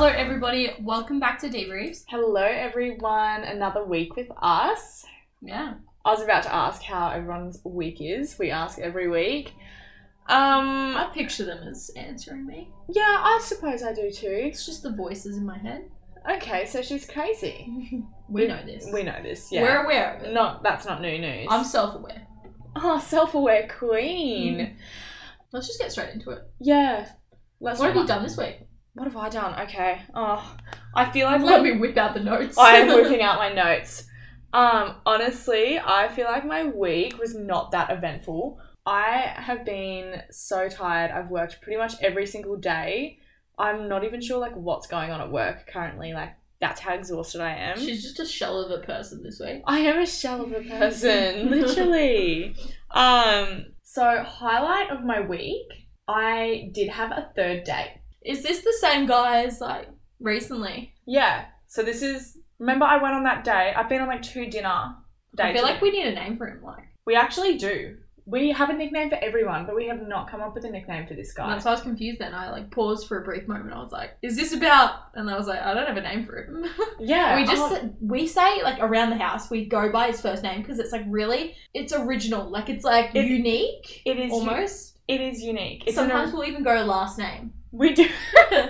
everybody. Welcome back to Debriefs. Hello, everyone. Another week with us. Yeah. I was about to ask how everyone's week is. We ask every week. Um, I picture them as answering me. yeah, I suppose I do too. It's just the voices in my head. Okay, so she's crazy. We know this. We know this, yeah. We're aware of it. not that's not new news. I'm self aware. oh, self-aware queen. Mm. Let's just get straight into it. Yeah. Let's what have you done this week? What have I done? Okay. Oh, I feel like Let me whip out the notes. I am whipping out my notes. Um, honestly, I feel like my week was not that eventful. I have been so tired. I've worked pretty much every single day. I'm not even sure like what's going on at work currently. Like that's how exhausted I am. She's just a shell of a person this week. I am a shell of a person, literally. Um, so highlight of my week, I did have a third date. Is this the same guy as like recently? Yeah. So this is remember I went on that date. I've been on like two dinner dates. I feel like we need a name for him. Like We actually do. We have a nickname for everyone, but we have not come up with a nickname for this and guy. that's why I was confused. Then I like paused for a brief moment. I was like, "Is this about?" And I was like, "I don't have a name for him." yeah. we just oh, we say like around the house we go by his first name because it's like really it's original. Like it's like It- unique it is u- almost. it is unique. It's an Sometimes or- we'll even go last name. we do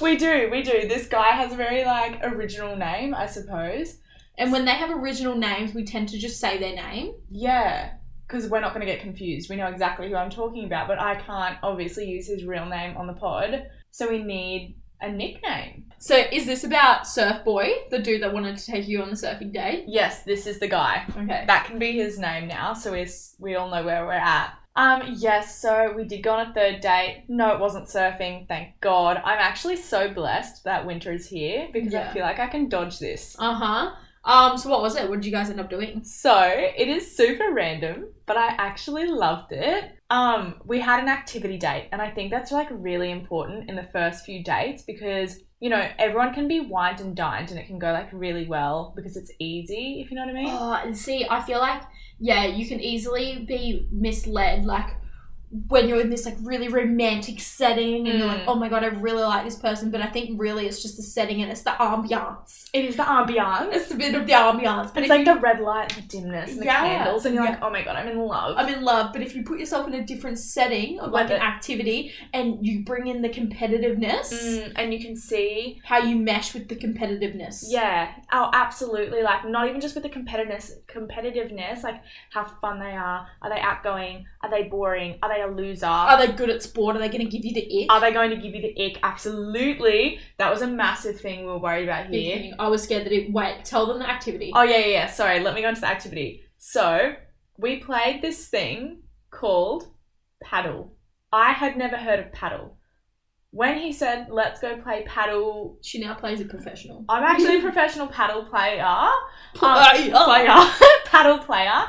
we do we do. This guy has a very like original name, I suppose. And when they have original names, we tend to just say their name. Yeah. Because we're not going to get confused. We know exactly who I'm talking about, but I can't obviously use his real name on the pod. So we need a nickname. So is this about Surf Boy, the dude that wanted to take you on the surfing day? Yes, this is the guy. Okay. That can be his name now, so we we all know where we're at. Um, yes, so we did go on a third date. No, it wasn't surfing, thank God. I'm actually so blessed that winter is here because I Yeah. feel like I can dodge this. Uh huh. Um. So what was it? What did you guys end up doing? So it is super random, but I actually loved it. Um, we had an activity date, and I think that's like really important in the first few dates because you know everyone can be wined and dined, and it can go like really well because it's easy, if you know what I mean. Oh, and see, I feel like yeah, you can easily be misled, like when you're in this like really romantic setting and you're like, Mm. oh my god, I really like this person, but I think really it's just the setting and it's the ambiance. It is the ambiance. It's a bit of the ambiance, but if It's like you, the red light, the dimness, and the Yeah. candles, and you're Yeah. like, oh my god, I'm in love. I'm in love, but if you put yourself in a different setting of like Love an it. activity and you bring in the competitiveness, Mm, and you can see, how you mesh with the competitiveness. yeah, oh, absolutely. Like, not even just with the competitiveness, competitiveness, like how fun they are. Are they outgoing? Are they boring? Are they a loser? Are they good at sport? Are they going to give you the ick? Are they going to give you the ick? Absolutely. That was a massive thing we were worried about Big here. thing. I was scared that it. Wait, tell them the activity. Oh yeah, yeah, yeah. Sorry, let me go into the activity. So we played this thing called paddle. I had never heard of paddle. When he said, "Let's go play paddle," She now plays a professional. I'm actually a professional paddle player. Play- oh. player, paddle player.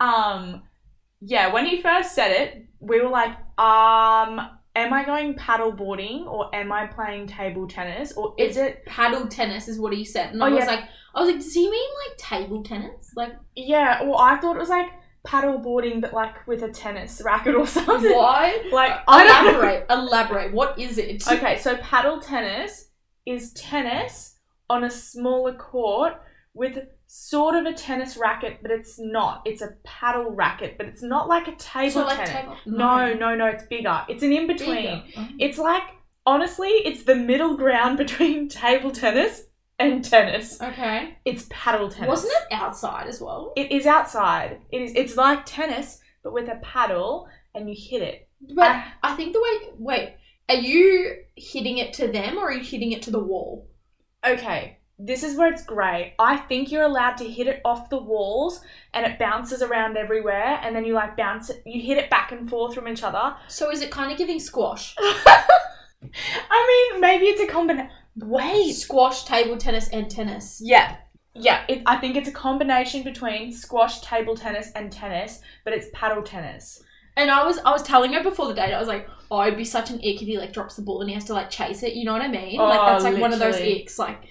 Um, yeah, when he first said it, we were like, um, am I going paddle boarding or am I playing table tennis or is it? paddle tennis is what he said, and Oh, I was yeah. like, I was like, does he mean like table tennis? Like Yeah, or I thought it was like paddle boarding, but like with a tennis racket or something. why? Uh, Like I don't know. elaborate, elaborate. What is it? Okay, so paddle tennis is tennis on a smaller court with sort of a tennis racket, but it's not. It's a paddle racket, but it's not like a table So like tennis. table? No, no, no, it's bigger. It's an in between. Between. It's like, honestly, it's the middle ground between table tennis and tennis. Okay. It's paddle tennis. Wasn't it outside as well? It is outside. It is. It's like tennis, but with a paddle, and you hit it. But I- I think the way. Wait, are you hitting it to them or are you hitting it to the wall? okay, this is where it's grey. I think you're allowed to hit it off the walls, and it bounces around everywhere, and then you like bounce it. You hit it back and forth from each other. So is it kind of giving squash? I mean, maybe it's a combination. Wait, Squash, table tennis, and tennis. Yeah. Yeah, it, I think it's a combination between squash, table tennis, and tennis, but it's paddle tennis. And I was I was telling her before the date, I was like, oh, it'd be such an ick if he like drops the ball and he has to like chase it. You know what I mean? like Oh, that's like one of those literally. icks, like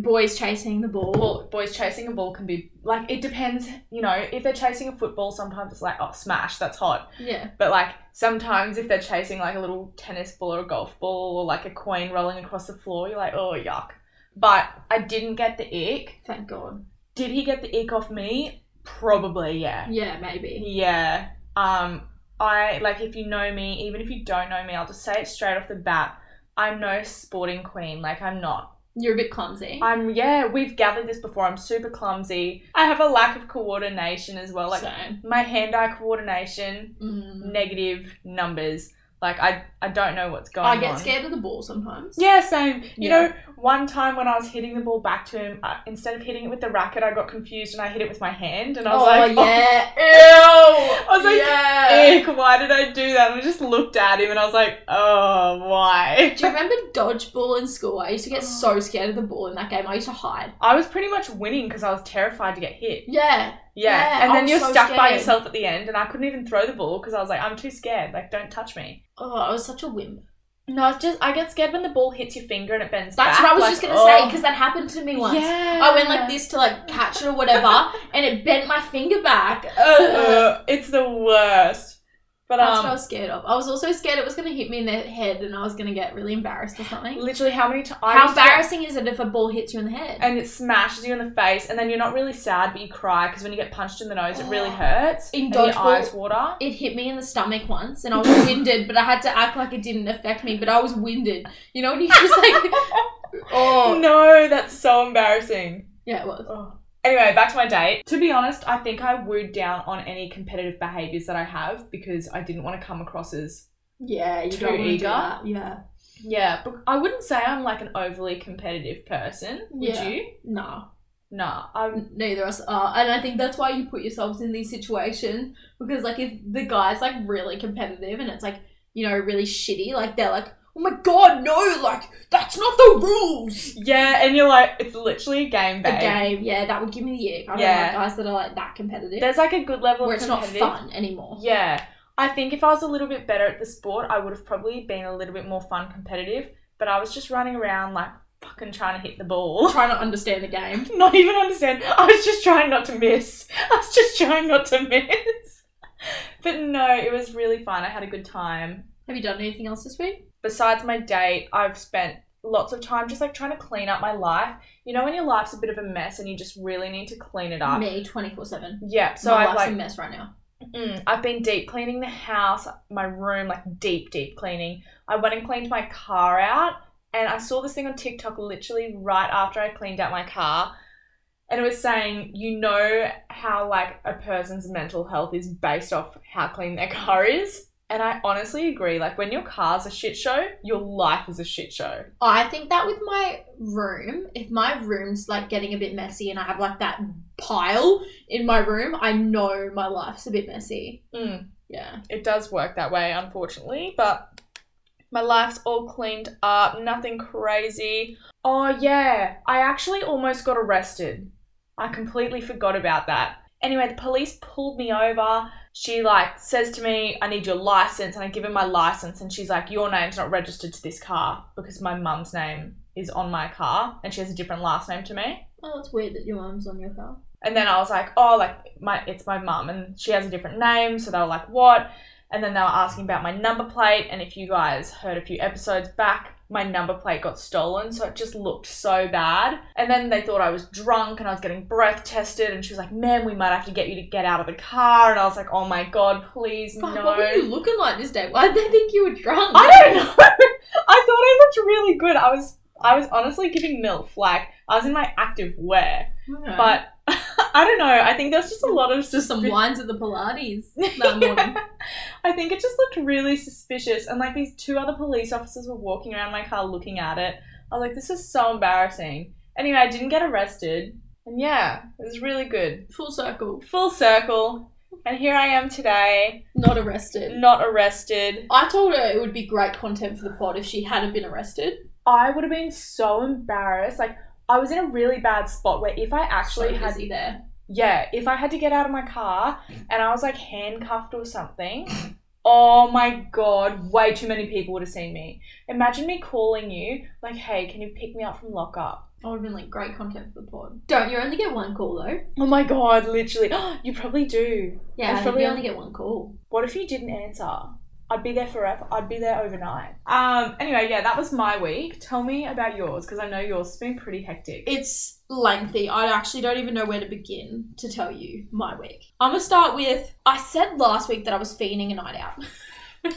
boys chasing the ball. Well, boys chasing a ball can be like it depends. You know, if they're chasing a football, sometimes it's like oh smash, that's hot. yeah. But like sometimes if they're chasing like a little tennis ball or a golf ball or like a coin rolling across the floor, you're like oh yuck. But I didn't get the ick. Thank God. Did he get the ick off me? Probably, yeah. Yeah, maybe. Yeah. Um, I like if you know me, even if you don't know me, I'll just say it straight off the bat. I'm no sporting queen. Like I'm not. You're a bit clumsy. I'm yeah. We've gathered this before. I'm super clumsy. I have a lack of coordination as well. Like so, my hand-eye coordination, mm, negative numbers. Like I, I don't know what's going on. I get scared of the ball sometimes. Yeah, same. Yeah. You know, one time when I was hitting the ball back to him, I, instead of hitting it with the racket, I got confused and I hit it with my hand, and I was oh like, yeah. I was like, eh. yeah. "Ick, why did I do that?" And I just looked at him and I was like, "Oh, why?" Do you remember dodgeball in school? I used to get Oh. so scared of the ball in that game. I used to hide. I was pretty much winning because I was terrified to get hit. Yeah. Yeah, Yeah, and I then was you're so stuck by scared. yourself at the end, and I couldn't even throw the ball because I was like, "I'm too scared. Like, don't touch me." Oh, I was such a wimp. No, it's just I get scared when the ball hits your finger and it bends. That's what back. I was Like, just gonna oh. say because that happened to me once. Yeah. I went like this to like catch it or whatever, and it bent my finger back. Ugh. Uh, it's the worst. But That's what I um, was scared of. I was also scared it was gonna hit me in the head, and I was gonna get really embarrassed or something. literally, how many times? How embarrassing is it if a ball hits you in the head? And it smashes you in the face, and then you're not really sad, but you cry because when you get punched in the nose, it Oh. really hurts. In and your dodgeball- eyes water. it hit me in the stomach once, and I was winded, but I had to act like it didn't affect me. But I was winded. You know, and you just like, oh No, that's so embarrassing. yeah, it was. Oh. Anyway, back to my date. To be honest, I think I wooed down on any competitive behaviors that I have because I didn't want to come across as Yeah, you Too don't wanna do eager? that. Yeah, yeah. But I wouldn't say I'm like an overly competitive person. Would Yeah. you? no. Nah, I'm. neither of us are and i think that's why you put yourselves in these situations because like if the guy's like really competitive and it's like you know really shitty like they're like oh my god no like that's not the rules Yeah, and you're like, it's literally a game, the babe. game yeah that would give me the ick i don't Yeah. like guys that are like that competitive There's like a good level where of it's not competitive. fun anymore Yeah. I think if I was a little bit better at the sport, I would have probably been a little bit more fun competitive, but I was just running around like fucking trying to hit the ball. trying to understand the game not even understand. I was just trying not to miss. I was just trying not to miss. but no, it was really fun. I had a good time. have you done anything else this week Besides my date, I've spent lots of time just like trying to clean up my life. You know when your life's a bit of a mess and you just really need to clean it up. me 24 7 Yeah, so so my I've life's like a mess right now Mm, I've been deep cleaning the house, my room, like deep, deep cleaning. I went and cleaned my car out, and I saw this thing on TikTok literally right after I cleaned out my car. And it was saying, you know how like a person's mental health is based off how clean their car is? And I honestly agree. Like when your car's a shit show, your life is a shit show. I think that with my room, if my room's like getting a bit messy and I have like that pile in my room, I know my life's a bit messy. Mm. Yeah. It does work that way, unfortunately, but my life's all cleaned up, nothing crazy. Oh, yeah, I actually almost got arrested. I completely forgot about that. Anyway, the police pulled me over. She like says to me, "I need your license," and I give her my license, and she's like, "Your name's not registered to this car because my mum's name is on my car, and she has a different last name to me." Oh, it's weird that your mum's on your car. And then I was like, oh, like my it's my mum and she has a different name, so they were like, what? And then they were asking about my number plate, and if you guys heard a few episodes back, my number plate got stolen, so it just looked so bad. And then they thought I was drunk and I was getting breath tested, and she was like, "Man, we might have to get you to get out of the car." And I was like, "Oh my god, please Fuck, no!" what were you looking like this day? Why'd they think you were drunk? I don't know. I thought I looked really good. I was I was honestly giving milf like I was in my active wear. Okay. But I don't know. I think there's just a lot of just some suspi- wines at the Pilates that morning. I think it just looked really suspicious, and like these two other police officers were walking around my car looking at it. I was like, this is so embarrassing. Anyway, I didn't get arrested, and yeah, it was really good. Full circle. Full circle, and here I am today, Not arrested. not arrested. I told her it would be great content for the pod if she hadn't been arrested. I would have been so embarrassed. Like, I was in a really bad spot where if I actually so had busy there. Yeah, if I had to get out of my car and I was like handcuffed or something, oh my god, way too many people would have seen me. Imagine me calling you, like, hey, can you pick me up from lockup? I would have been like great content for the pod. Don't you only get one call though? Oh my god, literally. you probably do. Yeah, I think probably you on- only get one call. What if you didn't answer? I'd be there forever. I'd be there overnight. Um. Anyway, yeah, that was my week. Tell me about yours because I know yours has been pretty hectic. It's lengthy. I actually don't even know where to begin to tell you my week. I'm gonna start with I said last week that I was fiending a night out.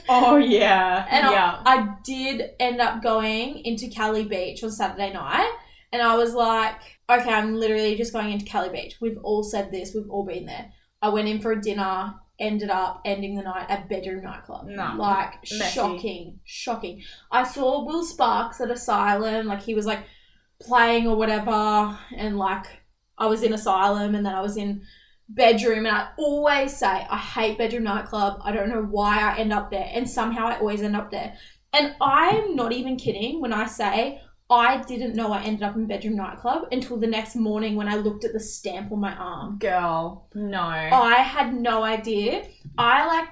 oh yeah, And I- yeah. I did end up going into Cali Beach on Saturday night, and I was like, okay, I'm literally just going into Cali Beach. We've all said this, we've all been there. I went in for a dinner, ended up ending the night at Bedroom Nightclub. No. Like, Messy. shocking, shocking. I saw Will Sparks at Asylum, like, he was like playing or whatever, and like, I was in Asylum, and then I was in bedroom and I always say I hate bedroom nightclub. I don't know why I end up there and somehow I always end up there. And I'm not even kidding when I say I didn't know I ended up in bedroom nightclub until the next morning when I looked at the stamp on my arm. Girl, no. I had no idea. I like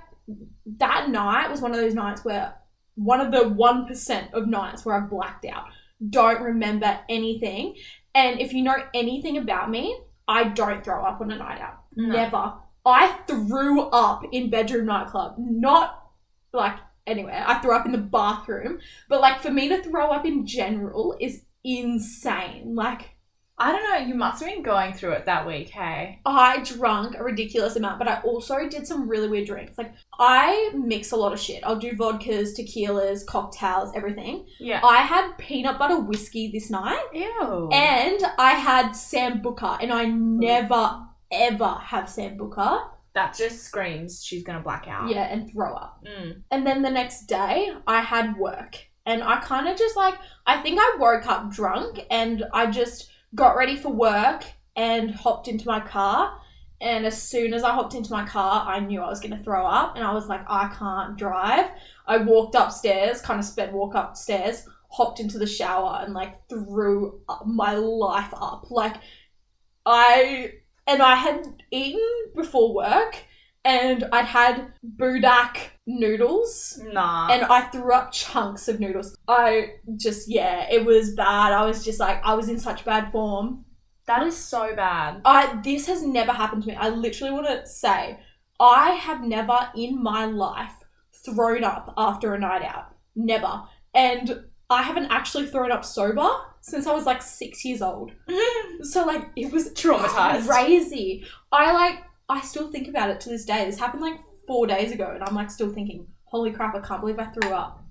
that night was one of those nights where one of the 1% of nights where I blacked out. Don't remember anything. And if you know anything about me, I don't throw up on a night out. No. Never. I threw up in bedroom nightclub. Not like anywhere. I threw up in the bathroom. But like for me to throw up in general is insane. Like I don't know. You must have been going through it that week, hey? I drunk a ridiculous amount, but I also did some really weird drinks. Like I mix a lot of shit. I'll do vodkas, tequilas, cocktails, everything. Yeah. I had peanut butter whiskey this night. Ew. And I had Sambuca, and I never ever have Sambuca. that just screams she's gonna black out. Yeah, and throw up. Mm. And then the next day, I had work. And I kind of just like, I think I woke up drunk and I just got ready for work and hopped into my car. And as soon as I hopped into my car, I knew I was going to throw up. And I was like, I can't drive. I walked upstairs, kind of sped walk upstairs, hopped into the shower and like threw up my life up. Like, I, and I had eaten before work and I'd had Budak noodles Nah. and I threw up chunks of noodles. I just, yeah, it was bad. I was just like, I was in such bad form. that is so bad. I this has never happened to me. I literally want to say, I have never in my life thrown up after a night out. Never. And I haven't actually thrown up sober since I was like six years old. So like it was Traumatized. Crazy. I like I still think about it to this day. This happened like four days ago and I'm like still thinking, holy crap, I can't believe I threw up.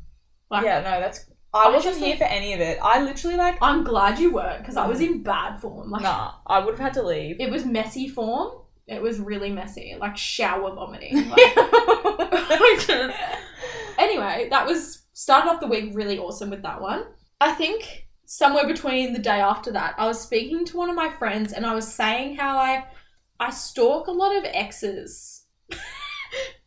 Like Yeah, no, that's. I I wasn't just- here for any of it. I literally like. I'm glad you weren't, because I was in bad form. Like Nah, I would have had to leave. it was messy form. It was really messy, like shower vomiting. Like, I just- anyway, that was started off the week really awesome with that one. I think somewhere between the day after that, I was speaking to one of my friends and I was saying how I I stalk a lot of exes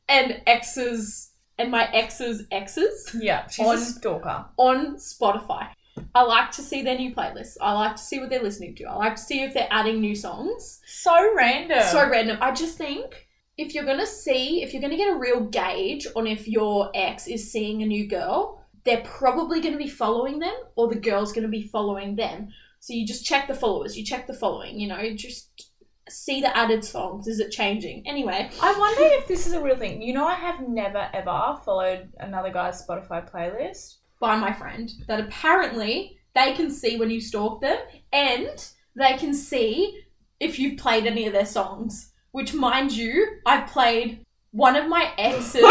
and exes and my exes exes yeah, she's On- a stalker. on Spotify. I like to see their new playlists. I like to see what they're listening to. I like to see if they're adding new songs. So random. So random. I just think if you're gonna see, if you're gonna get a real gauge on if your ex is seeing a new girl, they're probably gonna be following them, or the girl's gonna be following them. So you just check the followers, you check the following, you know, you just see the added songs. Is it changing? Anyway, I wonder if this is a real thing. You know, I have never ever followed another guy's Spotify playlist. by my friend that apparently they can see when you stalk them, and they can see if you've played any of their songs. Which, mind you, I've played one of my exes.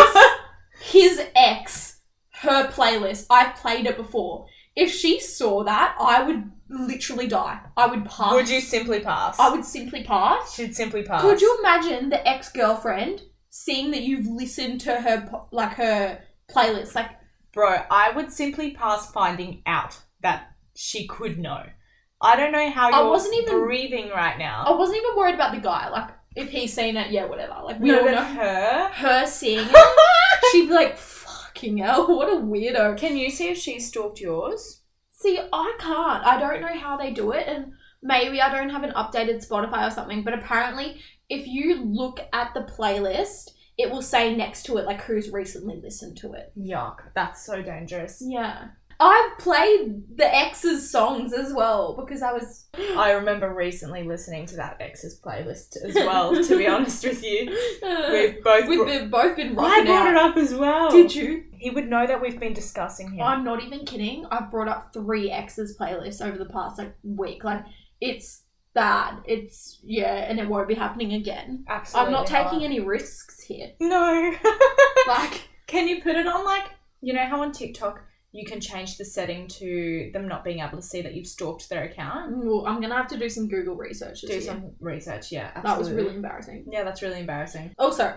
his ex, her playlist. I've played it before. If she saw that, I would literally die. I would pass. Would you simply pass? I would simply pass. She'd simply pass. Could you imagine the ex girlfriend seeing that you've listened to her po- like her playlist? Like Bro, I would simply pass finding out that she could know. I don't know how I you're wasn't even- Oh, breathing right now. I wasn't even worried about the guy. Like if he's seen it, yeah, whatever. Like we no, all but know her. her seeing it, she'd be like, "Fucking hell, what a weirdo." Can you see if she stalked yours? See, I can't. I don't know how they do it, and maybe I don't have an updated Spotify or something. But apparently, if you look at the playlist, it will say next to it like who's recently listened to it. Yuck, that's so dangerous. Yeah. I've played the X's songs as well because I was. I remember recently listening to that X's playlist as well, to be honest with you. We've both. We've bro- been, both been I rocking out. brought it up as well. Did you? He would know that we've been discussing him. I'm not even kidding. I've brought up three X's playlists over the past like week. Like it's bad. It's yeah, and it won't be happening again. Absolutely. I'm not taking any risks here. No. Like Can you put it on like you know how on TikTok you can change the setting to them not being able to see that you've stalked their account? well, I'm gonna have to do some Google research. Do this year. some research, yeah. Absolutely. That was really embarrassing. Yeah, that's really embarrassing. Also,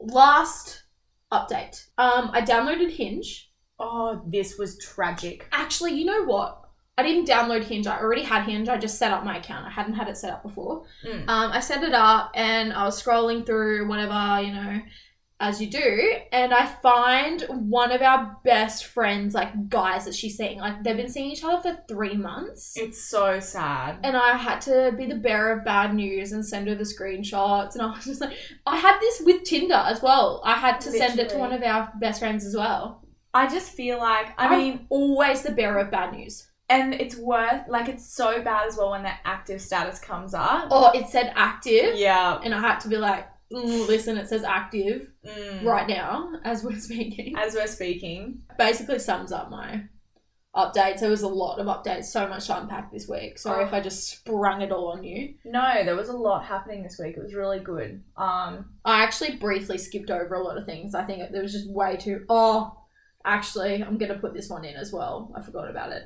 last update. Um, I downloaded Hinge. Oh, this was tragic. Actually, you know what? I didn't download Hinge. I already had Hinge. I just set up my account. I hadn't had it set up before. Mm. Um, I set it up and I was scrolling through whatever, you know, as you do. And I find one of our best friends, like guys that she's seeing. Like they've been seeing each other for three months. It's so sad. And I had to be the bearer of bad news and send her the screenshots. And I was just like, I had this with Tinder as well. I had to send it to Literally. one of our best friends as well. I just feel like I I'm mean, always the bearer of bad news. and it's worth like it's so bad as well when their active status comes up. Oh, it said active. Yeah. And I had to be like, "Mm, listen, it says active Mm. right now as we're speaking. As we're speaking, Basically sums up my updates. There was a lot of updates, so much to unpack this week. Sorry Oh. if I just sprung it all on you. no, there was a lot happening this week. It was really good. Um, I actually briefly skipped over a lot of things. I think there was just way too. Oh, actually, I'm going to put this one in as well. I forgot about it.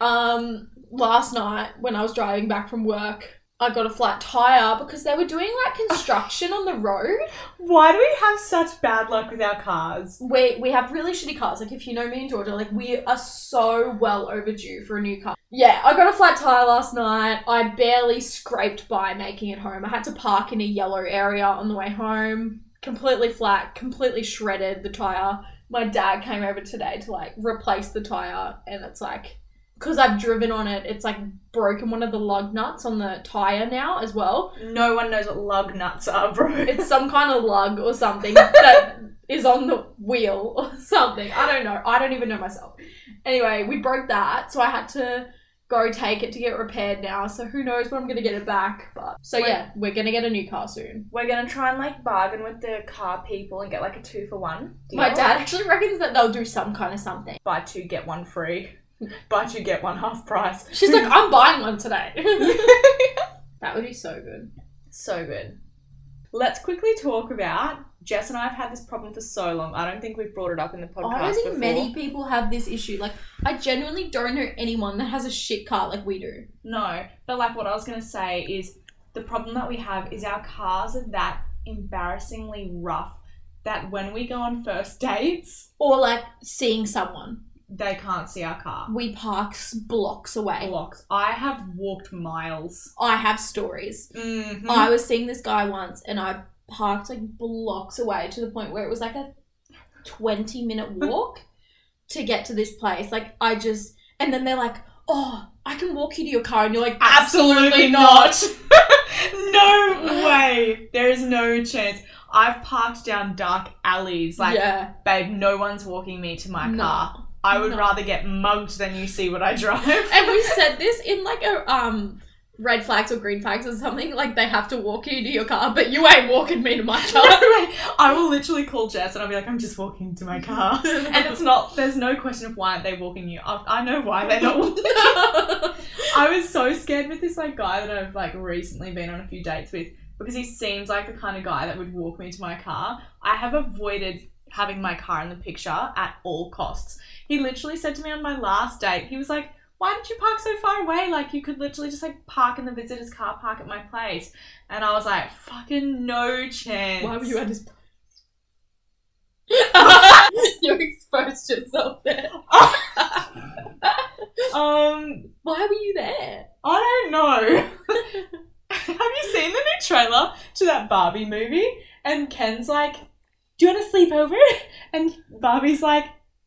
Um, last night when I was driving back from work, I got a flat tire because they were doing like construction on the road. why do we have such bad luck with our cars? we we have really shitty cars. Like if you know me and Georgia, like we are so well overdue for a new car. Yeah, I got a flat tire last night. I barely scraped by making it home. I had to park in a yellow area on the way home. Completely flat, completely shredded the tire. My dad came over today to like replace the tire and it's like because I've driven on it, it's like broken one of the lug nuts on the tire now as well No one knows what lug nuts are, bro. it's some kind of lug or something that is on the wheel or something. I don't know. I don't even know myself. Anyway, we broke that, so I had to go take it to get repaired now. So who knows when I'm gonna get it back? But so Wait. yeah, we're gonna get a new car soon. We're gonna try and like bargain with the car people and get like a two for one. deal. My dad actually reckons that they'll do some kind of something. buy two get one free, buy two get one half price. She's like, I'm buying one today. that would be so good. so good. Let's quickly talk about Jess and I have had this problem for so long. I don't think we've brought it up in the podcast. Oh, I don't think before. many people have this issue. Like, I genuinely don't know anyone that has a shit car like we do. No, but like what I was gonna say is the problem that we have is our cars are that embarrassingly rough that when we go on first dates, Or like seeing someone. they can't see our car. We park s- blocks away. Blocks. I have walked miles. I have stories. Mm-hmm. I was seeing this guy once and I parked like blocks away to the point where it was like a 20 minute Hmm. walk to get to this place. Like, I just, and then they're like, oh, I can walk you to your car. And you're like, Ah, "Ah, Absolutely not. no way. There is no chance. I've parked down dark alleys. Like, yeah, babe, no one's walking me to my no. car. I would No. rather get mugged than you see what I drive. And we said this in like a, um, red flags or green flags or something. Like, they have to walk you to your car, but you ain't walking me to my car. No way. I will literally call Jess and I'll be like, I'm just walking to my car. And it's not, there's no question of why aren't they walking you. I, I know why they're not walking. I was so scared with this like guy that I've like recently been on a few dates with because he seems like the kind of guy that would walk me to my car. I have avoided having my car in the picture at all costs. He literally said to me on my last date, he was like, "Why did you park so far away? Like you could literally just like park in the visitor's car park at my place." And I was like, "Fucking no chance." Why were you at his place? you exposed yourself there. Um, Why were you there? I don't know. have you seen the new trailer to that Barbie movie? And Ken's like, "Do you want to sleep over?" And Barbie's like,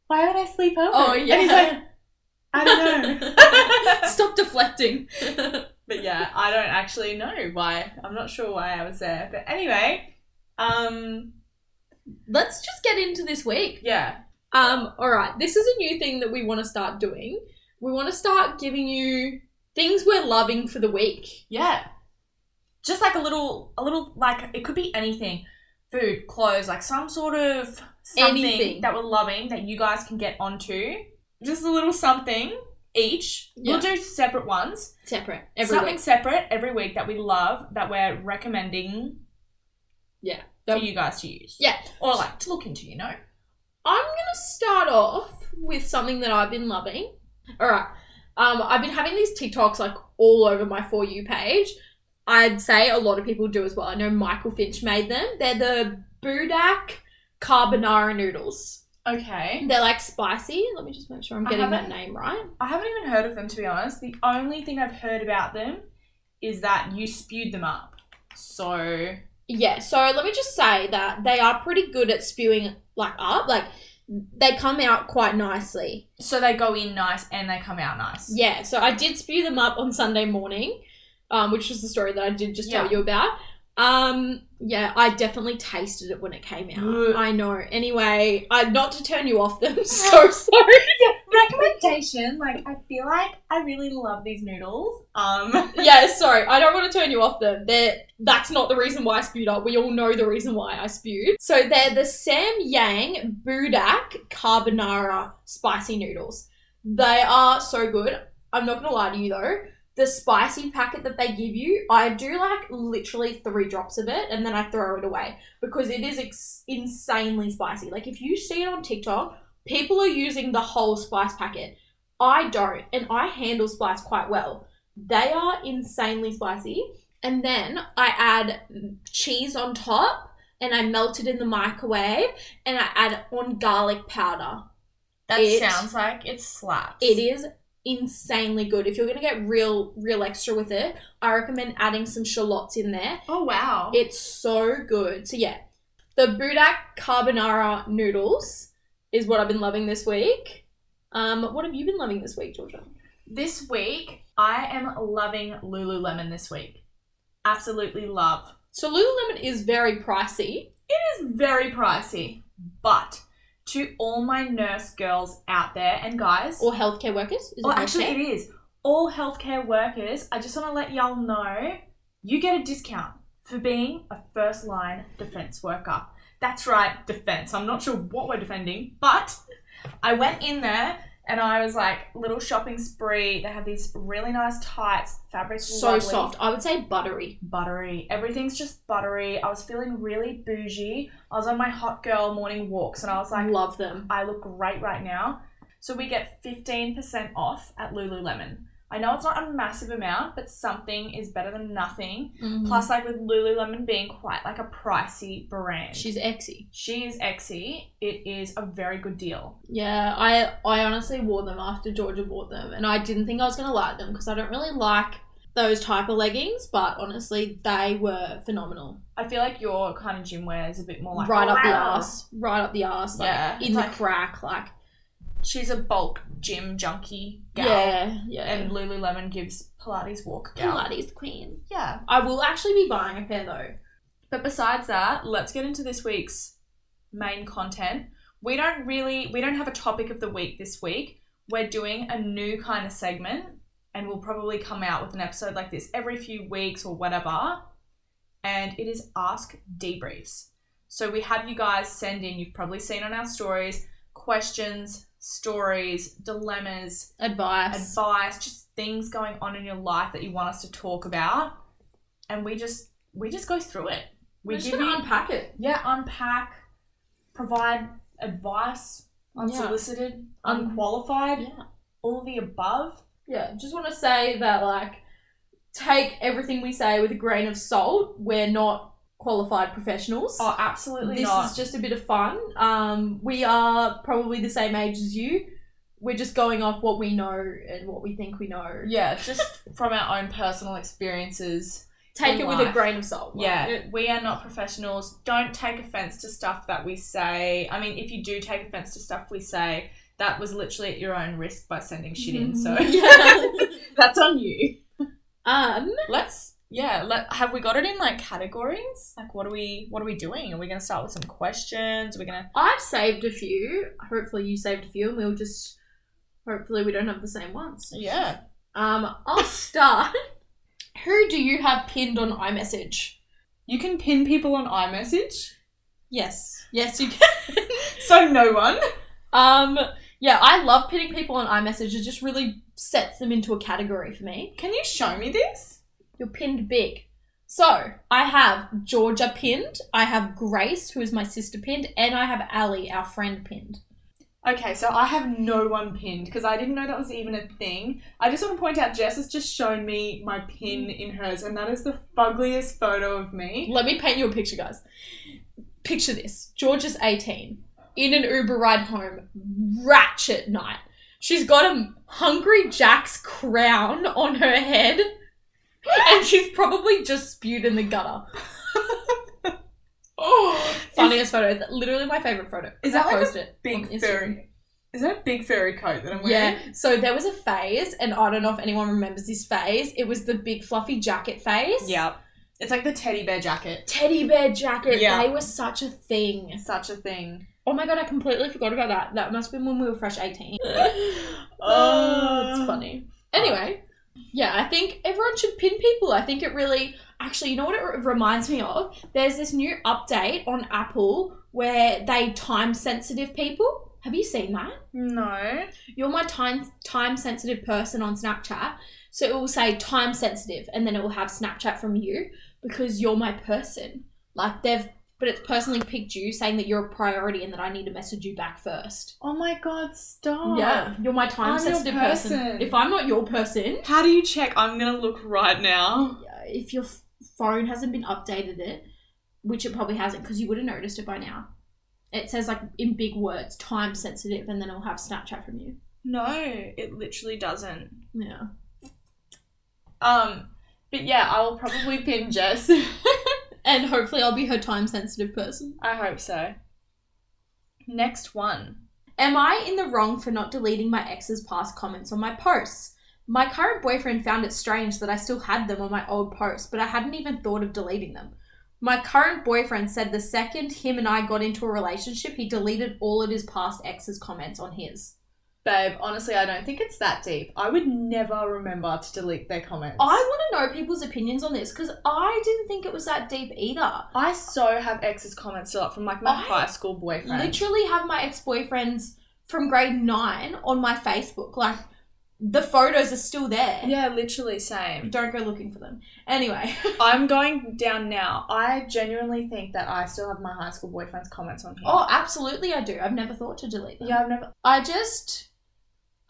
"Why would I sleep over?" Oh yeah. And he's like, "I don't know." Stop deflecting. But yeah, I don't actually know why. I'm not sure why I was there. But anyway, um, Let's just get into this week. yeah. Um, all right, this is a new thing that we want to start doing. We want to start giving you things we're loving for the week. Yeah. Just like a little, a little like it could be anything, food, clothes, like some sort of something Anything. that we're loving that you guys can get onto. Just a little something each. We'll do separate ones. Separate. Every something week. separate every week that we love that we're recommending. Yeah. For you guys to use. Yeah. Or like to look into, you know. I'm gonna start off with something that I've been loving. All right, um, I've been having these TikToks like all over my for you page. I'd say a lot of people do as well. I know Michael Finch made them. They're the Budak carbonara noodles. Okay. They're like spicy. Let me just make sure I'm I getting that haven't- name right. I haven't even heard of them to be honest. The only thing I've heard about them is that you spewed them up. So Yeah, so let me just say that they are pretty good at spewing like up. Like they come out quite nicely. so they go in nice and they come out nice. Yeah, so I did spew them up on Sunday morning, um, which was the story that I did just tell Yeah. you about. Um, yeah, I definitely tasted it when it came out. Ugh. I know. Anyway, I not to turn you off them. So sorry. Recommendation, like I feel like I really love these noodles. Um yeah, sorry. I don't want to turn you off them. They're, that's not the reason why I spewed up. We all know the reason why I spewed. So they're the Sam Yang Budak Carbonara Spicy Noodles. They are so good. I'm not going to lie to you though. The spicy packet that they give you, I do like literally three drops of it and then I throw it away because it is ex- insanely spicy. Like if you see it on TikTok, people are using the whole spice packet. I don't, and I handle spice quite well. They are insanely spicy. And then I add cheese on top and I melt it in the microwave and I add on garlic powder. that It- sounds like it slaps. It is insanely good. If you're gonna get real, real extra with it, I recommend adding some shallots in there. Oh wow. It's so good. So yeah, the Budak carbonara noodles is what I've been loving this week. Um, what have you been loving this week, Georgia? This week, I am loving Lululemon this week. Absolutely love. So Lululemon is very pricey. It is very pricey, but to all my nurse girls out there and guys, Or healthcare workers? Is well, actually, healthcare? it is all healthcare workers. I just want to let y'all know you get a discount for being a first line defense worker. That's right, defense. I'm not sure what we're defending, but I went in there and I was like, little shopping spree. They have these really nice tights, fabric so soft. I would say buttery. buttery. Everything's just buttery. I was feeling really bougie. I was on my hot girl morning walks and I was I like, love them. I look great right now. So we get 15% off at Lululemon. I know it's not a massive amount, but something is better than nothing. Mm. Plus, like with Lululemon being quite like a pricey brand. she's exy. she is exy. It is a very good deal. Yeah, I I honestly wore them after Georgia bought them, and I didn't think I was gonna like them because I don't really like those type of leggings. But honestly, they were phenomenal. I feel like your kind of gym wear is a bit more like right up the Wow. ass, right up the ass, like Oh Yeah, in like- the crack, like She's a bulk gym junkie gal. yeah, yeah. And Lululemon gives Pilates walk gal. Pilates queen. Yeah. I will actually be buying a pair though. But besides that, let's get into this week's main content. We don't really we don't have a topic of the week this week. We're doing a new kind of segment and we'll probably come out with an episode like this every few weeks or whatever. And it is ask debriefs. So we have you guys send in, you've probably seen on our stories, questions, stories, dilemmas, Advice. advice, just things going on in your life that you want us to talk about, and we just we just go through it. We We're just give gonna you unpack it. yeah, unpack, provide advice, unsolicited, Un- unqualified, Mm-hmm. Yeah. all the above. Yeah, just want to say that, like, take everything we say with a grain of salt. We're not qualified professionals. Oh, absolutely this not. is just a bit of fun. Um, we are probably the same age as you. We're just going off what we know and what we think we know. yeah, just from our own personal experiences. Take in it with a life. grain of salt. like, Yeah, it- we are not professionals. Don't take offense to stuff that we say. I mean, if you do take offense to stuff we say, that was literally at your own risk by sending shit in. So Mm-hmm. Yeah. that's on you. um, Let's yeah, let, have we got it in like categories? Like, what are we what are we doing? Are we gonna start with some questions? We're gonna I've saved a few. Hopefully, you saved a few, and we'll just hopefully we don't have the same ones. yeah. Um, I'll start. Who do you have pinned on iMessage? You can pin people on iMessage, Yes, yes, you can. so no one. Um, yeah, I love pinning people on iMessage. It just really sets them into a category for me. Can you show me this? You're pinned big. So I have Georgia pinned. I have Grace, who is my sister, pinned, and I have Ali, our friend, pinned. Okay, so I have no one pinned because I didn't know that was even a thing. I just want to point out Jess has just shown me my pin in hers, and that is the fuggliest photo of me. Let me paint you a picture, guys. Picture this. George is 18, in an Uber ride home, ratchet night. She's got a Hungry Jack's crown on her head, and she's probably just spewed in the gutter. Oh, Funniest photo. Th- Literally my favorite photo. Is that I like a post it on big Instagram. furry. Is that a big furry coat that I'm wearing? Yeah, so there was a phase, and I don't know if anyone remembers this phase. It was the big fluffy jacket phase. It's like the teddy bear jacket. Teddy bear jacket. Yeah. They were such a thing. Such a thing. Oh my god, I completely forgot about that. That must have been when we were fresh 18. Oh, it's funny. Anyway, yeah, I think everyone should pin people. I think it really. Actually, you know what it re- reminds me of? There's this new update on Apple where they time sensitive people. Have you seen that? No. You're my time time sensitive person on Snapchat. So it will say time sensitive and then it will have Snapchat from you because you're my person. Like they've but it's personally picked you saying that you're a priority and that I need to message you back first. Oh my god, stop. Yeah, you're my time sensitive Oh, I'm your person. person. If I'm not your person, uh, How do you check? I'm gonna look right now. if your f- phone hasn't been updated it, which it probably hasn't because you would have noticed it by now. It says like in big words time sensitive and then it'll have Snapchat from you. No, it literally doesn't. Yeah. Um, but yeah, I will probably pin Jess. And hopefully I'll be her time sensitive person. I hope so. Next one. Am I in the wrong for not deleting my ex's past comments on my posts? My current boyfriend found it strange that I still had them on my old posts, but I hadn't even thought of deleting them. My current boyfriend said the second him and I got into a relationship, he deleted all of his past ex's comments on his. Babe, honestly, I don't think it's that deep. I would never remember to delete their comments. I want to know people's opinions on this because I didn't think it was that deep either. I so have ex's comments still up from like my I high school boyfriend. literally have my ex boyfriends from grade nine on my Facebook. Like, the photos are still there. Yeah, literally same. Don't go looking for them. Anyway, I'm going down now. I genuinely think that I still have my high school boyfriend's comments on here. oh, absolutely, I do. I've never thought to delete them. yeah, I've never. I just,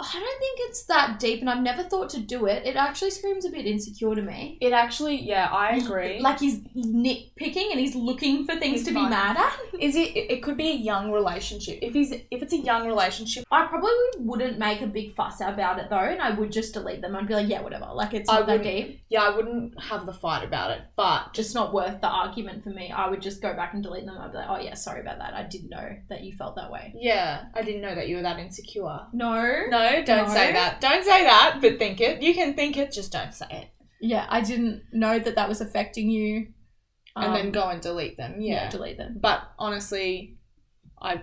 I don't think it's that deep, and I've never thought to do it. It actually screams a bit insecure to me. It actually, yeah, I agree. Like he's nitpicking and he's looking for things He's to be fine. mad at. is it? It could be a young relationship. If he's, if it's a young relationship, I probably wouldn't make a big fuss about it though, and I would just delete them. I'd be like, yeah, whatever. Like it's I not that wouldn't- deep. yeah, I wouldn't have the fight about it. But Just not worth the argument for me. I would just go back and delete them. I'd be like, oh yeah, sorry about that. I didn't know that you felt that way. yeah, I didn't know that you were that insecure. No. No, don't No. say that. Don't say that. But think it. You can think it. Just don't say it. Yeah, I didn't know that that was affecting you. And then Um, go and delete them. yeah, Yeah. delete them. But honestly, I,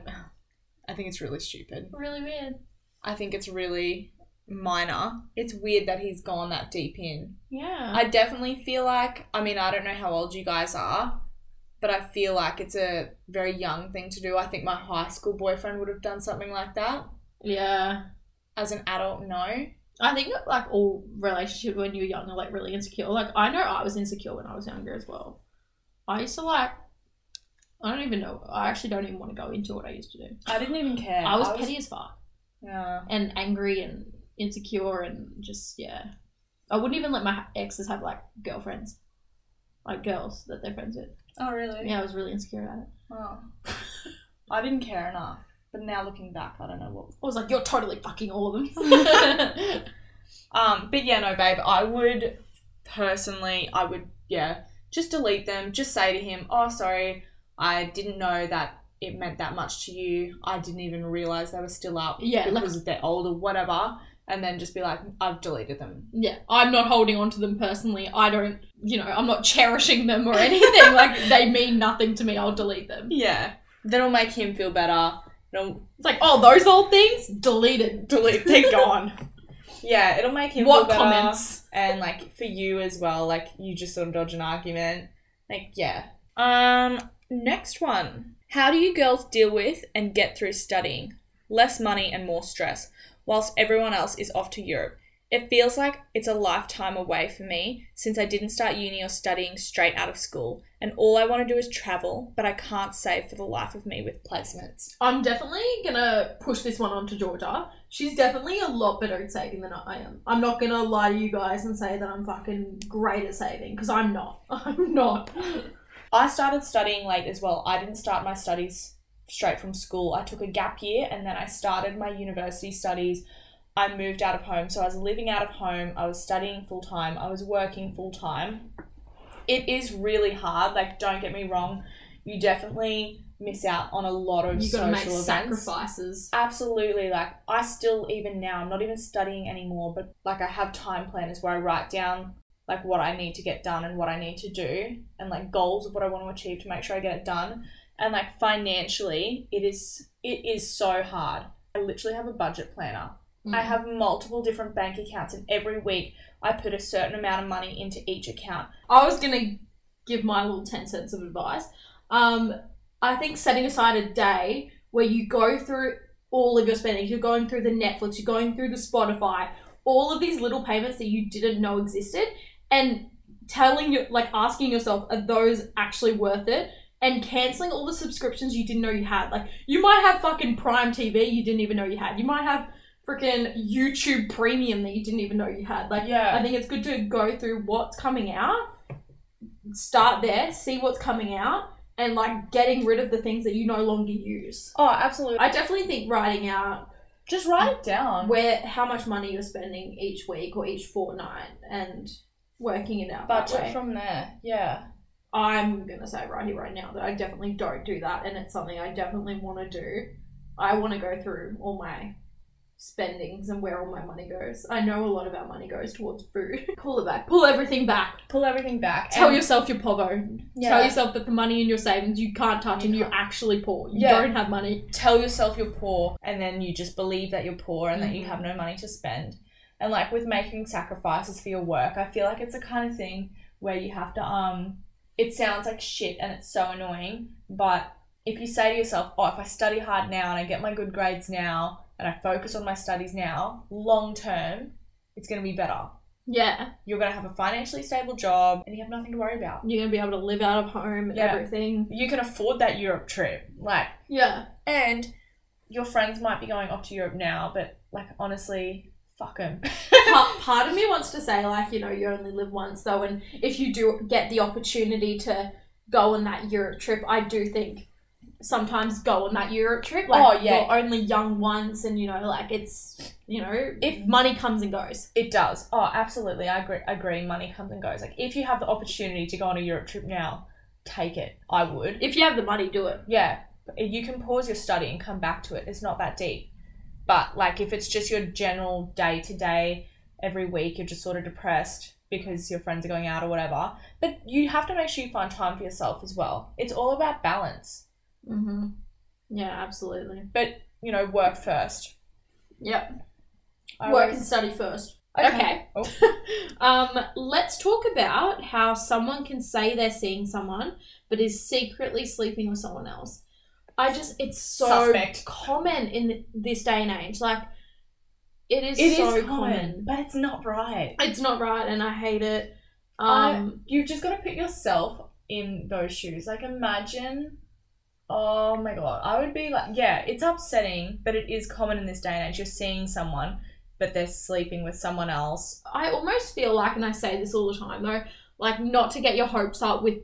I think it's really stupid. Really weird. I think it's really minor. It's weird that he's gone that deep in. Yeah. I definitely feel like, I mean, I don't know how old you guys are, but I feel like it's a very young thing to do. I think my high school boyfriend would have done something like that. yeah. As an adult, no. I think that, like all relationships when you're young are like really insecure. Like I know I was insecure when I was younger as well. I used to like I don't even know. I actually don't even want to go into what I used to do. I didn't even care. I was petty as fuck Yeah. and angry and insecure and just yeah. I wouldn't even let my exes have like girlfriends, like girls that they're friends with. Oh, really? Yeah, I was really insecure about it. Oh. I didn't care enough. But now looking back, I don't know what. I was like, you're totally fucking all of them. Um, but yeah, no, babe. I would personally, I would, yeah, just delete them. Just say to him, "Oh, sorry, I didn't know that it meant that much to you. I didn't even realize they were still up. Yeah, like- because they're old or whatever." and then just be like, I've deleted them. Yeah, I'm not holding on to them personally. I don't, you know, I'm not cherishing them or anything. like they mean nothing to me. I'll delete them. Yeah. Then it'll make him feel better. It'll It's like, oh, those old things deleted. delete, they're gone. Yeah, it'll make him What feel better. comments? and like for you as well like you just sort of dodge an argument like yeah um next one how do you girls deal with and get through studying less money and more stress whilst everyone else is off to europe it feels like it's a lifetime away for me since i didn't start uni or studying straight out of school and all i want to do is travel but i can't save for the life of me with placements I'm definitely gonna push this one onto Georgia. She's definitely a lot better at saving than I am. I'm not gonna lie to you guys and say that I'm fucking great at saving because I'm not. I'm not. I started studying late as well. I didn't start my studies straight from school. I took a gap year and then I started my university studies. I moved out of home. So I was living out of home. I was studying full time. I was working full time. It is really hard. Like, don't get me wrong. You definitely miss out on a lot of You social gotta make events. sacrifices. Absolutely. Like, I still, even now, I'm not even studying anymore, but like, I have time planners where I write down like what I need to get done and what I need to do and like goals of what I want to achieve to make sure I get it done. And like, financially, it is, it is so hard. I literally have a budget planner. Mm. I have multiple different bank accounts, and every week I put a certain amount of money into each account. I was gonna give my little ten cents of advice. Um, I think setting aside a day where you go through all of your spendings, you're going through the Netflix, you're going through the Spotify, all of these little payments that you didn't know existed, and telling you like asking yourself, are those actually worth it? And canceling all the subscriptions you didn't know you had. Like you might have fucking Prime TV you didn't even know you had. You might have freaking YouTube Premium that you didn't even know you had. Like I Yeah. think it's good to go through what's coming out, start there, see what's coming out, and like getting rid of the things that you no longer use. Oh, absolutely. I definitely think writing out um, Just write it down. where how much money you're spending each week or each fortnight and working it out. that way. Budget from there. Yeah. I'm gonna say right here, right now that I definitely don't do that, and it's something I definitely want to do. I want to go through all my spendings and where all my money goes. I know a lot of our money goes towards food. pull it back, pull everything back. Pull everything back. Tell and- yourself you're povo. Yeah. Tell yourself that the money in your savings you can't touch You and you're actually poor. You Yeah. don't have money. tell yourself you're poor and then you just believe that you're poor and that you have no money to spend. And like with making sacrifices for your work, I feel like it's the kind of thing where you have to um it sounds like shit and it's so annoying, but if you say to yourself, "Oh, if I study hard now and I get my good grades now and I focus on my studies now, long term, it's going to be better." Yeah. You're going to have a financially stable job and you have nothing to worry about. You're gonna be able to live out of home and Yeah. everything. You can afford that Europe trip. Like Yeah. and your friends might be going off to Europe now, but like honestly, fuck them. part, part of me wants to say like you know you only live once though and if you do get the opportunity to go on that europe trip i do think sometimes go on that europe trip like Oh, yeah. you're only young once and you know like it's you know If- money comes and goes it does. Oh, absolutely. I agree. agree. Money comes and goes. Like if you have the opportunity to go on a Europe trip now, take it. I would. if you have the money do it Yeah, you can pause your study and come back to it. It's not that deep. But like if it's just your general day to day, every week you're just sort of depressed because your friends are going out or whatever. But you have to make sure you find time for yourself as well. It's all about balance. mm-hmm. yeah absolutely But you know, work first. yep I work and always- study first Okay. Okay. Oh. um, let's talk about how someone can say they're seeing someone but is secretly sleeping with someone else. I just, it's so Suspect. common in th- this day and age. Like, it is It is so common, common. but it's not right. It's not right, and I hate it. I- Um, You've just got to put yourself in those shoes. Like, imagine. Oh my god, I would be like, yeah, it's upsetting, but it is common in this day and age. You're seeing someone, but they're sleeping with someone else. I almost feel like, and I say this all the time though, like not to get your hopes up with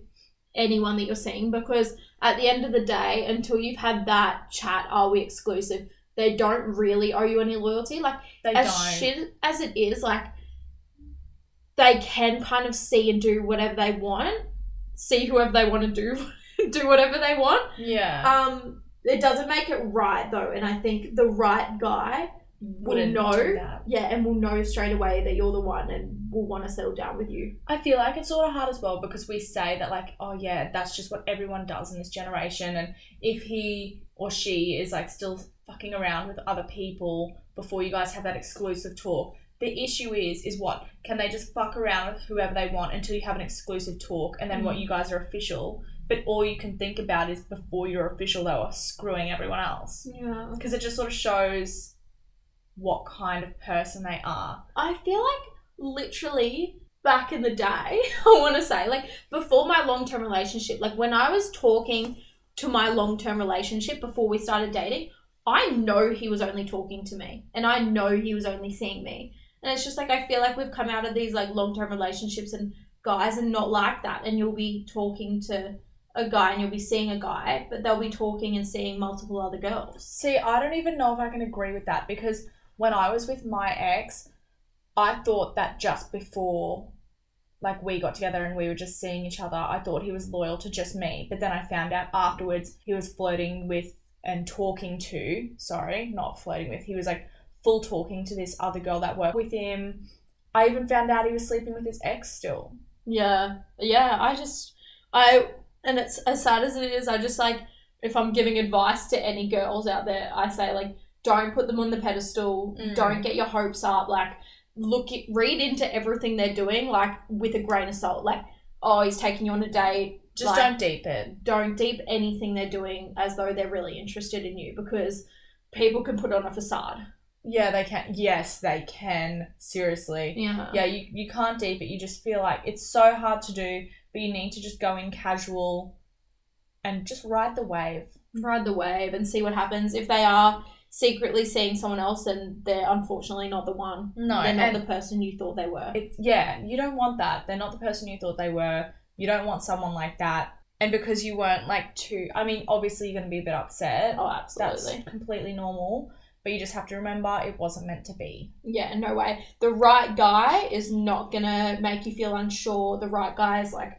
anyone that you're seeing because at the end of the day, until you've had that chat, are we exclusive? They don't really owe you any loyalty. Like They as don't. shit as it is, like they can kind of see and do whatever they want, see whoever they want to do, do whatever they want. Yeah. Um, it doesn't make it right though, and I think the right guy will wouldn't do know. that. Yeah, and will know straight away that you're the one and will want to settle down with you. I feel like it's sort of hard as well because we say that like, oh yeah, that's just what everyone does in this generation, and if he or she is like still fucking around with other people before you guys have that exclusive talk. The issue is, is what can they just fuck around with whoever they want until you have an exclusive talk, and then what you guys are official. But all you can think about is before you're official, they were screwing everyone else Yeah. because it just sort of shows what kind of person they are. I feel like literally back in the day, I want to say, like before my long term relationship, like when I was talking to my long term relationship before we started dating, I know he was only talking to me and I know he was only seeing me. And it's just like, I feel like we've come out of these like long term relationships and guys and not like that. And you'll be talking to a guy and you'll be seeing a guy, but they'll be talking and seeing multiple other girls. See, I don't even know if I can agree with that because when I was with my ex, I thought that just before like we got together and we were just seeing each other, I thought he was loyal to just me. But then I found out afterwards he was flirting with and talking to, sorry, not flirting with. He was like full talking to this other girl that worked with him. I even found out he was sleeping with his ex still. Yeah, yeah. I just, I, and it's as sad as it is. I just like if I'm giving advice to any girls out there, I say like, don't put them on the pedestal. Mm. Don't get your hopes up. Like, look, it- read into everything they're doing like with a grain of salt. Like, oh, he's taking you on a date. Just Like- don't deep it. Don't deep anything they're doing as though they're really interested in you because people can put on a facade. Yeah, they can. Yes, they can. Seriously. Yeah. yeah you, you can't deep it you just feel like it's so hard to do but you need to just go in casual and just ride the wave ride the wave and see what happens. If they are secretly seeing someone else, then they're unfortunately not the one. no they're not and the person you thought they were. it's yeah you don't want that they're not the person you thought they were you don't want someone like that and because you weren't like too i mean obviously you're going to be a bit upset oh, that's absolutely. completely normal but you just have to remember it wasn't meant to be Yeah, no way. The right guy is not gonna make you feel unsure. The right guy is like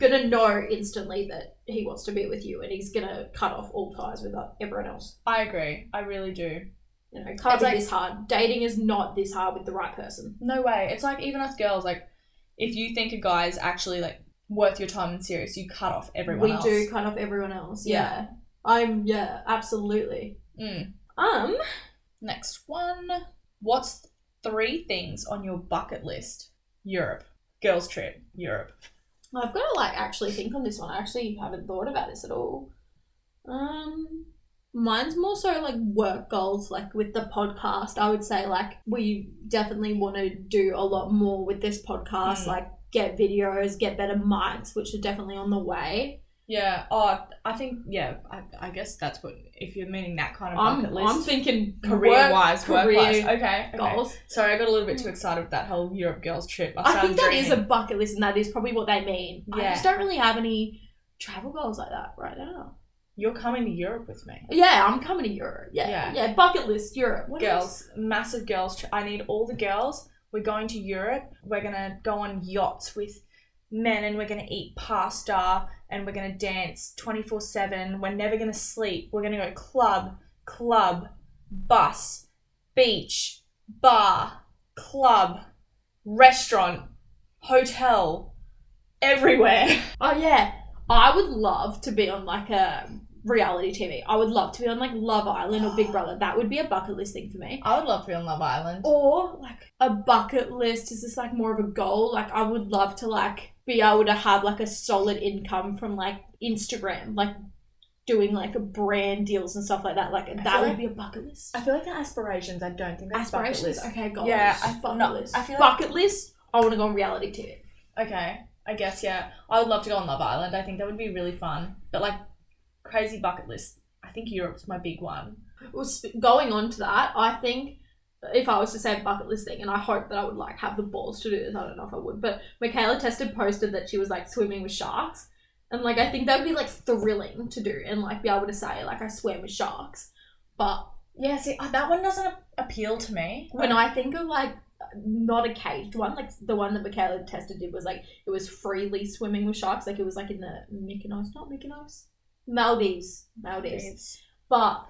gonna know instantly that he wants to be with you, and he's gonna cut off all ties with uh, everyone else. i agree i really do You know, can't It's be like- this hard. Dating is not this hard with the right person. No way. It's like even us girls, like if you think a guy is actually like worth your time and serious, you cut off everyone we else. do cut off everyone else. Yeah. yeah, I'm. Yeah, absolutely. Mm. Um, Next one. What's three things on your bucket list? Europe. Girls trip. Europe. I've got to like actually think on this one. I actually haven't thought about this at all. Um, mine's more so like work goals. Like with the podcast, I would say like we definitely want to do a lot more with this podcast. Mm. Like get videos, get better mics, which are definitely on the way. Yeah. Oh, I think yeah. I, I guess that's what if you're meaning that kind of I'm, bucket I'm list. thinking Career wise, work- work wise. career Okay, okay. goals. Sorry, I got a little bit too excited with that whole Europe girls trip. I, I started think that is a dreaming. bucket list, and that is probably what they mean. I Yeah. just don't really have any travel goals like that right now. You're coming to Europe with me. Yeah, I'm coming to Europe. Yeah, yeah, Yeah. bucket list Europe. What else? girls, massive girls. Tri- I need all the girls. We're going to Europe. We're gonna go on yachts with men, and we're gonna eat pasta, and we're gonna dance twenty four seven. We're never gonna sleep. We're gonna go club, club, bus, beach, bar, club, restaurant, hotel, everywhere. Oh yeah, I would love to be on like a reality TV. I would love to be on like Love Island or Big Brother. That would be a bucket list thing for me. I would love to be on Love Island. Or like a bucket list is this like more of a goal? Like I would love to like be able to have like a solid income from like Instagram, like doing like brand deals and stuff like that. Like that feel would like- be a bucket list. I feel like the aspirations. I don't think that's bucket Aspirations, list. okay, goals. Yeah, I- bucket no, list. I feel like- bucket list. I want to go on reality TV. Okay, I guess yeah. I would love to go on Love Island. I think that would be really fun. But like, crazy bucket list. I think Europe's my big one. Well, sp- going on to that, I think if I was to say a bucket list thing, and I hope that I would like have the balls to do this, I don't know if I would, but Michaela Tested posted that she was like swimming with sharks, and like I think that would be like thrilling to do, and like be able to say like I swam with sharks, but Yeah, see, uh, that one doesn't a- appeal to me. when I think of like not a caged one, like the one that Michaela Tested did was like it was freely swimming with sharks, like it was like in the Mykonos, not Mykonos, Maldives, Maldives, but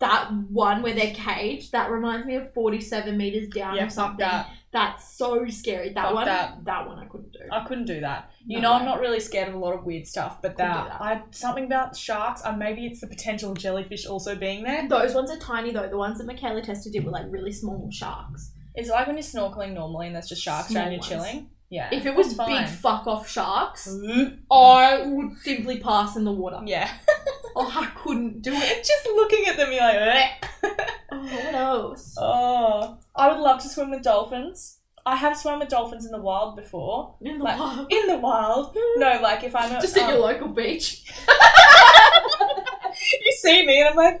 that one where they're caged, that reminds me of 47 meters down yeah, or fuck something. that. That's so scary. That Fuck one, that. that. one I couldn't do. I couldn't do that. You No know, way. I'm not really scared of a lot of weird stuff, but Couldn't that, do that. I something about sharks. And maybe it's the potential of jellyfish also being there. Those ones are tiny though. The ones that Michaela tested did were like really small sharks. It's like when you're snorkeling normally and there's just sharks Small around you ones. chilling. Yeah. If it was that's fine. big fuck off sharks, Mm, I would simply pass in the water. Yeah. Oh, I couldn't do it. just looking at them, you're like. "Bleh." Oh, what else? Oh, I would love to swim with dolphins. I have swum with dolphins in the wild before. In the like- wild. In the wild? No, like if I'm a, Just at your um, local beach. you see me and I'm like, "Woo!"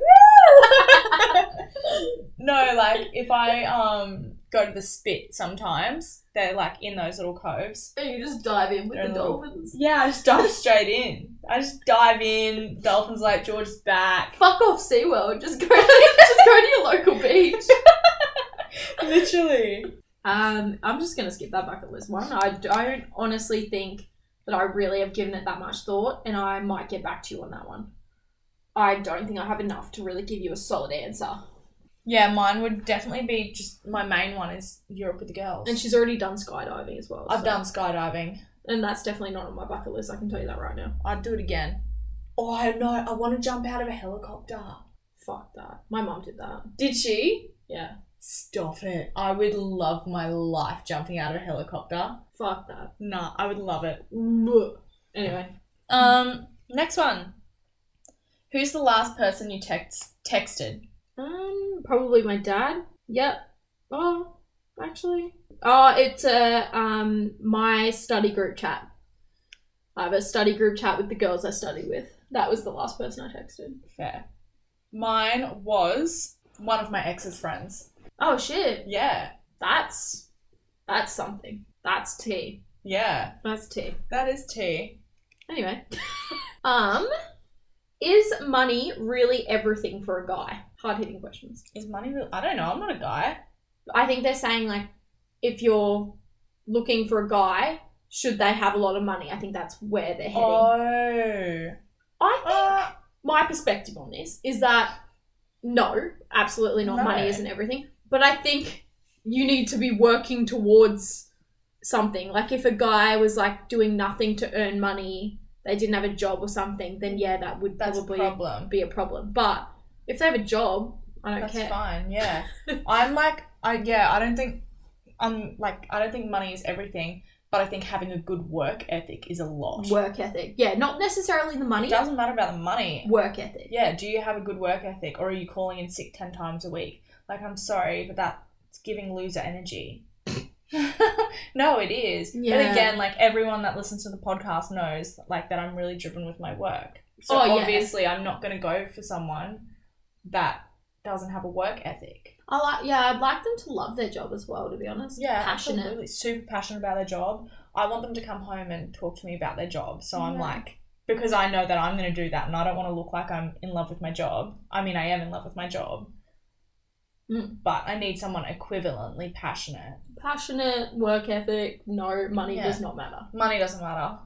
no, like if I um go to the spit sometimes, they're like in those little coves. And you just dive in with They're the little- dolphins. Yeah, I just dive straight in. I just dive in. Dolphins like George's back. Fuck off SeaWorld. Just go, just go to your local beach. Literally. Um, I'm just gonna skip that bucket list one. I don't honestly think that I really have given it that much thought, and I might get back to you on that one. I don't think I have enough to really give you a solid answer. Yeah, mine would definitely be just my main one is Europe with the girls. And she's already done skydiving as well. I've so- done skydiving. and that's definitely not on my bucket list. I can tell you that right now. I'd do it again. Oh, I know. I want to jump out of a helicopter. Fuck that. My mum did that. Did she? Yeah. Stop it. I would love my life jumping out of a helicopter. Fuck that. Nah, I would love it. Blech. Anyway, Um, next one. Who's the last person you text texted? um, probably my dad. Yep. Oh, actually, oh, it's a um my study group chat. I have a study group chat with the girls I study with. That was the last person I texted. Fair. Mine was one of my ex's friends. Oh shit, Yeah. that's that's something. That's tea. Yeah. That's tea. That is tea. Anyway, um, is money really everything for a guy? Hard hitting questions. Is money real? I don't know. I'm not a guy. I think they're saying like if you're looking for a guy, should they have a lot of money? I think that's where they're heading. Oh. I think Uh, my perspective on this is that no, absolutely not. No. Money isn't everything. But I think you need to be working towards something. Like if a guy was like doing nothing to earn money, they didn't have a job or something, then yeah, that would that's probably a problem. be a problem. But if they have a job, I don't That's care. fine. Yeah. I'm like, I yeah. I don't think I'm like. I don't think money is everything, but I think having a good work ethic is a lot. Work ethic. Yeah, not necessarily the money. It doesn't matter about the money. work ethic. Yeah. Do you have a good work ethic, or are you calling in sick ten times a week? Like, I'm sorry, but that's giving loser energy. no, it is. But Yeah. again, like everyone that listens to the podcast knows, like that I'm really driven with my work. So Oh, yeah. obviously, I'm not going to go for someone that doesn't have a work ethic. I like yeah, I'd like them to love their job as well, to be honest. yeah Passionate. absolutely super passionate about their job i want them to come home and talk to me about their job so i'm Yeah. like because i know that i'm going to do that and i don't want to look like i'm in love with my job i mean i am in love with my job Mm. but i need someone equivalently passionate Passionate, work ethic, no money Yeah. does not matter. money doesn't matter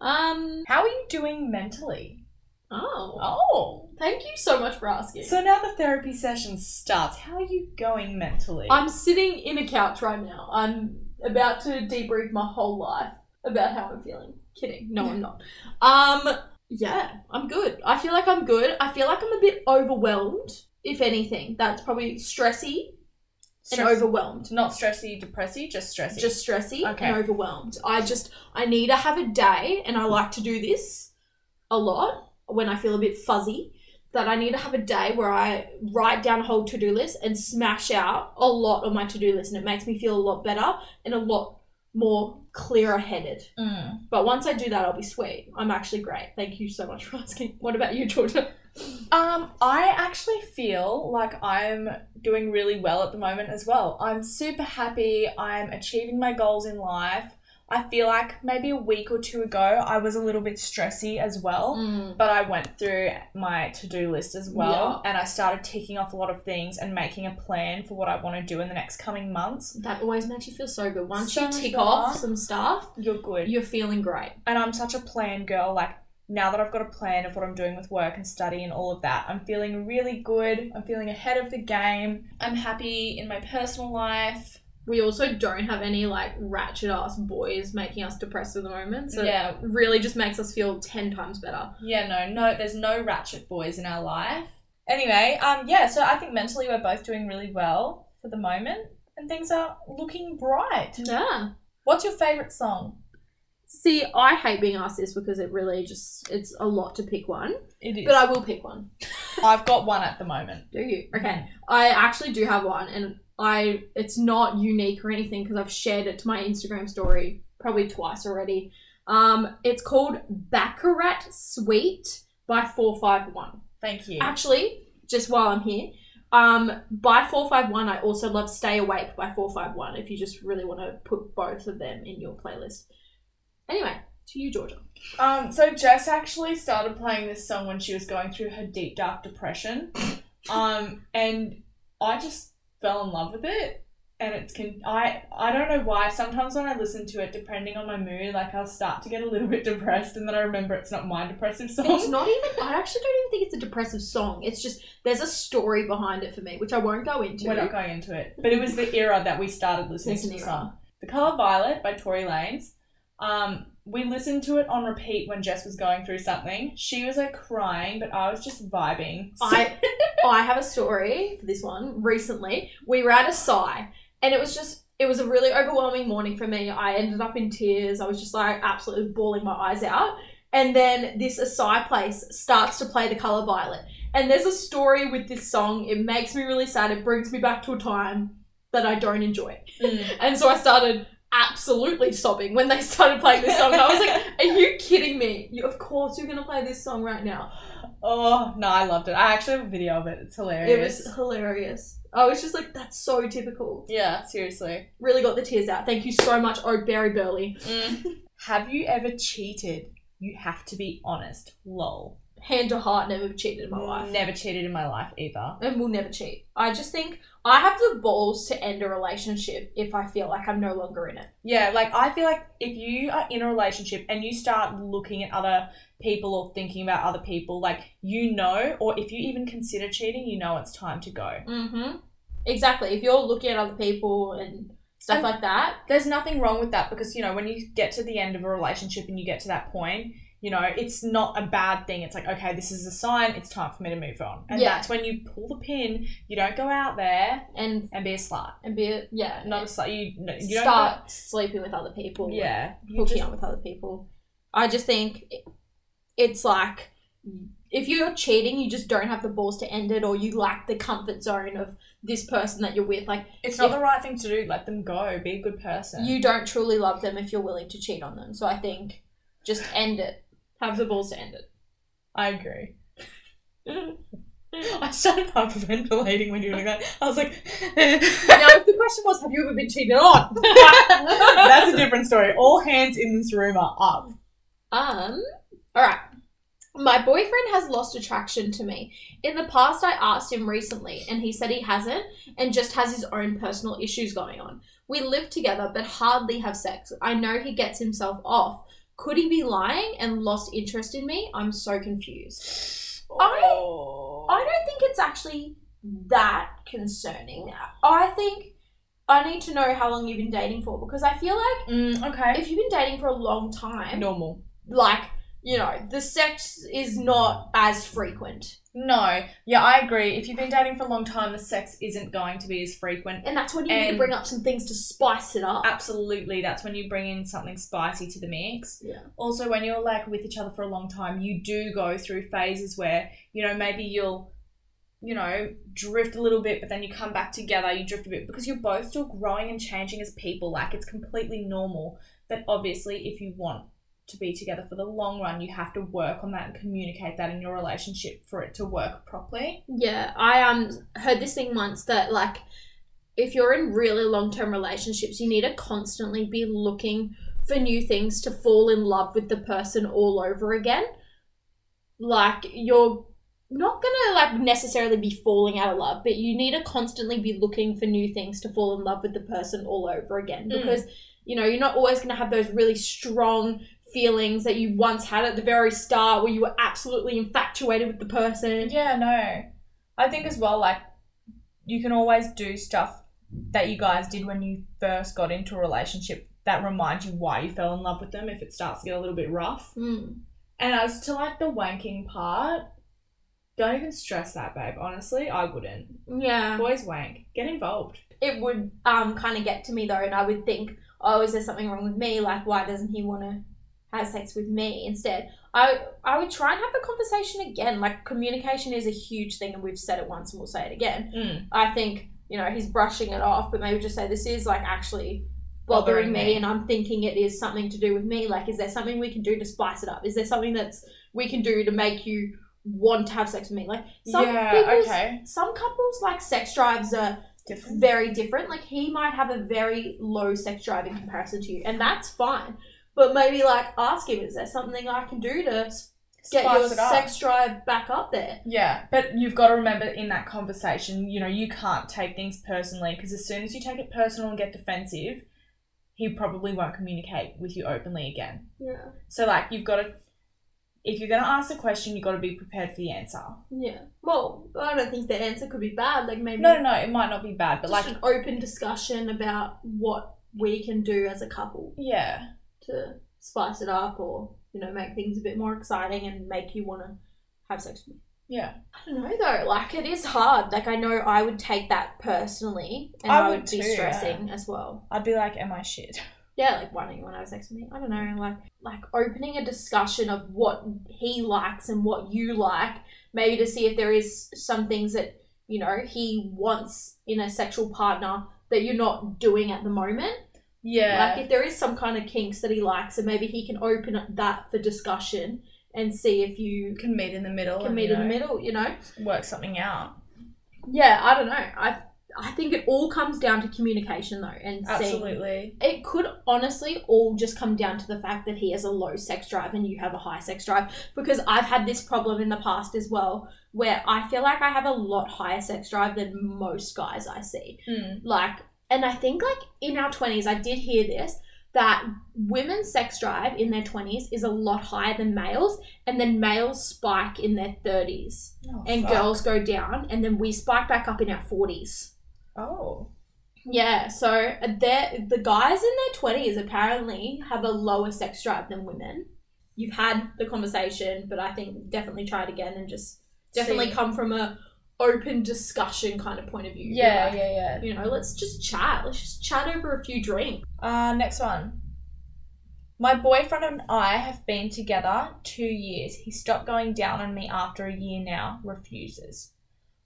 Um how are you doing mentally oh. oh Thank you so much for asking. so now the therapy session starts how are you going mentally I'm sitting in a couch right now. I'm about to debrief my whole life about how I'm feeling. Kidding. No, I'm not. Um yeah, I'm good. I feel like I'm good. I feel like I'm a bit overwhelmed, if anything. That's probably stressy and Stress- overwhelmed. not stressy depressy just stressy just stressy Okay. and overwhelmed. I just I need to have a day, and I like to do this a lot when I feel a bit fuzzy. That I need to have a day where I write down a whole to do list and smash out a lot on my to do list, and it makes me feel a lot better and a lot more clearer headed. Mm. But once I do that, I'll be sweet. I'm actually great. Thank you so much for asking. What about you, Georgia? Um, I actually feel like I'm doing really well at the moment as well. I'm super happy. I'm achieving my goals in life. I feel like maybe a week or two ago, I was a little bit stressy as well, Mm. but I went through my to do list as well and I started ticking off a lot of things and making a plan for what I want to do in the next coming months. That always makes you feel so good. Once So you much tick better. off some stuff, You're good. you're feeling great. and I'm such a plan girl. Like, now that I've got a plan of what I'm doing with work and study and all of that, I'm feeling really good. I'm feeling ahead of the game. I'm happy in my personal life. We also don't have any like ratchet ass boys making us depressed at the moment. So yeah, it really just makes us feel 10 times better. yeah, no, no, there's no ratchet boys in our life. Anyway, um, yeah, so I think mentally we're both doing really well for the moment, and things are looking bright. Yeah. What's your favorite song? See, I hate being asked this because it really just, it's a lot to pick one. It is. But I will pick one. I've got one at the moment. Do you? Okay. I actually do have one and I it's not unique or anything because I've shared it to my Instagram story probably twice already. Um it's called Baccarat Suite by 451. Thank you. Actually, just while I'm here, um by 451 I also love Stay Awake by 451 if you just really want to put both of them in your playlist. Anyway, to you Georgia. Um, so Jess actually started playing this song when she was going through her deep dark depression, um, and I just fell in love with it. And it's can I I don't know why. Sometimes when I listen to it, depending on my mood, like I'll start to get a little bit depressed, and then I remember it's not my depressive It's song. not even. I actually don't even think it's a depressive song. It's just there's a story behind it for me, which I won't go into. We're not going into it, but it was the era that we started listening It's to an the era. song. The Color Violet by Tori Lanez. Um, we listened to it on repeat when Jess was going through something. She was like crying, but I was just vibing. So- I I have a story for this one. Recently, we were at a sigh, and it was just it was a really overwhelming morning for me. I ended up in tears. I was just like absolutely bawling my eyes out. And then this Asai place starts to play the color violet. And there's a story with this song. It makes me really sad. It brings me back to a time that I don't enjoy. Mm. And so I started absolutely sobbing when they started playing this song. And I was like, "Are you kidding me? You, of course you're gonna play this song right now." Oh no, I loved it. I actually have a video of it. It's It hilarious. was hilarious. I was just like, "That's so typical." yeah, seriously. Really got the tears out. Thank you so much, oh Barry Burley. Have you ever cheated? You have to be honest. Lol. Hand to heart, never cheated in Mm. my life, Never cheated in my life either. and will never cheat. I just think I have the balls to end a relationship if I feel like I'm no longer in it. Yeah, like I feel like if you are in a relationship and you start looking at other people or thinking about other people, like you know, or if you even consider cheating, you know it's time to go. Mm-hmm. Exactly. If you're looking at other people and stuff And- like that, there's nothing wrong with that because you know when you get to the end of a relationship and you get to that point you know it's not a bad thing it's like okay this is a sign it's time for me to move on and Yeah. that's when you pull the pin you don't go out there and and be a slut and be a- yeah, not a slut you, no, you don't start sleeping with other people. go, yeah you hooking just, up with other people. I just think it- it's like if you're cheating, you just don't have the balls to end it, or you lack the comfort zone of this person that you're with. Like it's not if- the right thing to do let them go be a good person you don't truly love them if you're willing to cheat on them. So I think just end it. Have the balls to end it. i agree I started hyperventilating when you were like that. I was like, now, if the question was, have you ever been cheated on? that's a different story. All hands in this room are up. Um, all right. My boyfriend has lost attraction to me. In the past, I asked him recently, and he said he hasn't and just has his own personal issues going on. We live together but hardly have sex. I know he gets himself off. Could he be lying and lost interest in me? I'm so confused. I, Oh. I don't think it's actually that concerning. I think I need to know how long you've been dating for because I feel like Mm, okay. if you've been dating for a long time, normal. like you know the sex is not as frequent No, yeah, I agree. If you've been dating for a long time, the sex isn't going to be as frequent. and that's when you need to And- bring up some things to spice it up Absolutely, that's when you bring in something spicy to the mix. Yeah. Also, when you're like with each other for a long time, you do go through phases where, you know, maybe you'll, you know, drift a little bit, but then you come back together, you drift a bit because you're both still growing and changing as people. Like, it's completely normal. But obviously, if you want to be together for the long run, you have to work on that and communicate that in your relationship for it to work properly. yeah i um heard this thing once that like if you're in really long-term relationships you need to constantly be looking for new things to fall in love with the person all over again like you're not gonna like necessarily be falling out of love but you need to constantly be looking for new things to fall in love with the person all over again Mm. because you know you're not always gonna have those really strong feelings that you once had at the very start where you were absolutely infatuated with the person. Yeah, no. I think as well, like, you can always do stuff that you guys did when you first got into a relationship that reminds you why you fell in love with them if it starts to get a little bit rough. Mm. And as to like the wanking part, don't even stress that, babe. Honestly, I wouldn't. Yeah. Boys wank. Get involved. It would um kind of get to me though, and I would think, oh, is there something wrong with me? Like, why doesn't he want to have sex with me instead? I I would try and have the conversation again. Like, communication is a huge thing, and we've said it once, and we'll say it again. Mm. I think you know he's brushing it off, but maybe just say this is like actually bothering Bothering me, me. and I'm thinking it is something to do with me. Like, is there something we can do to spice it up? Is there something that's we can do to make you want to have sex with me? Like, some yeah, people's- okay. some couples like sex drives are Different. very different. Like he might have a very low sex drive in comparison to you, and that's fine. But maybe like ask him, is there something I can do to get Spice your it up. sex drive back up there? Yeah, but you've got to remember in that conversation, you know, you can't take things personally because as soon as you take it personal and get defensive, he probably won't communicate with you openly again. Yeah. So, like, you've got to, if you're going to ask a question, you've got to be prepared for the answer. Yeah. Well, I don't think the answer could be bad. Like maybe No, no, no, it might not be bad, but just like, an open discussion about what we can do as a couple yeah, to spice it up or, you know, make things a bit more exciting and make you wanna have sex with me. yeah. I don't know though, like it is hard. Like I know I would take that personally and I I, would would, be too, yeah. stressing as well. I'd be like, am I shit? Yeah, like why don't you want to have sex with me? I don't know, like like opening a discussion of what he likes and what you like, maybe to see if there is some things that, you know, he wants in a sexual partner that you're not doing at the moment. Yeah. Like if there is some kind of kinks that he likes and maybe he can open up that for discussion and see if you can meet in the middle. can and, meet you in the know, middle, you know? Work something out. Yeah, I don't know. I I think it all comes down to communication though, and seeing. Absolutely. It could honestly all just come down to the fact that he has a low sex drive and you have a high sex drive. Because I've had this problem in the past as well, where I feel like I have a lot higher sex drive than most guys I see. Mm. Like, and I think like in our twenties, I did hear this that women's sex drive in their twenties is a lot higher than males, and then males spike in their thirties Oh, and fuck. girls go down, and then we spike back up in our forties. Oh. Yeah, so uh, they're- the guys in their twenties apparently have a lower sex drive than women. You've had the conversation, but I think definitely try it again and just definitely See. come from a open discussion kind of point of view. Yeah, Like, yeah, yeah. You know, let's just chat. Let's just chat over a few drinks. Uh, next one. My boyfriend and I have been together two years. He stopped going down on me after a year now, refuses.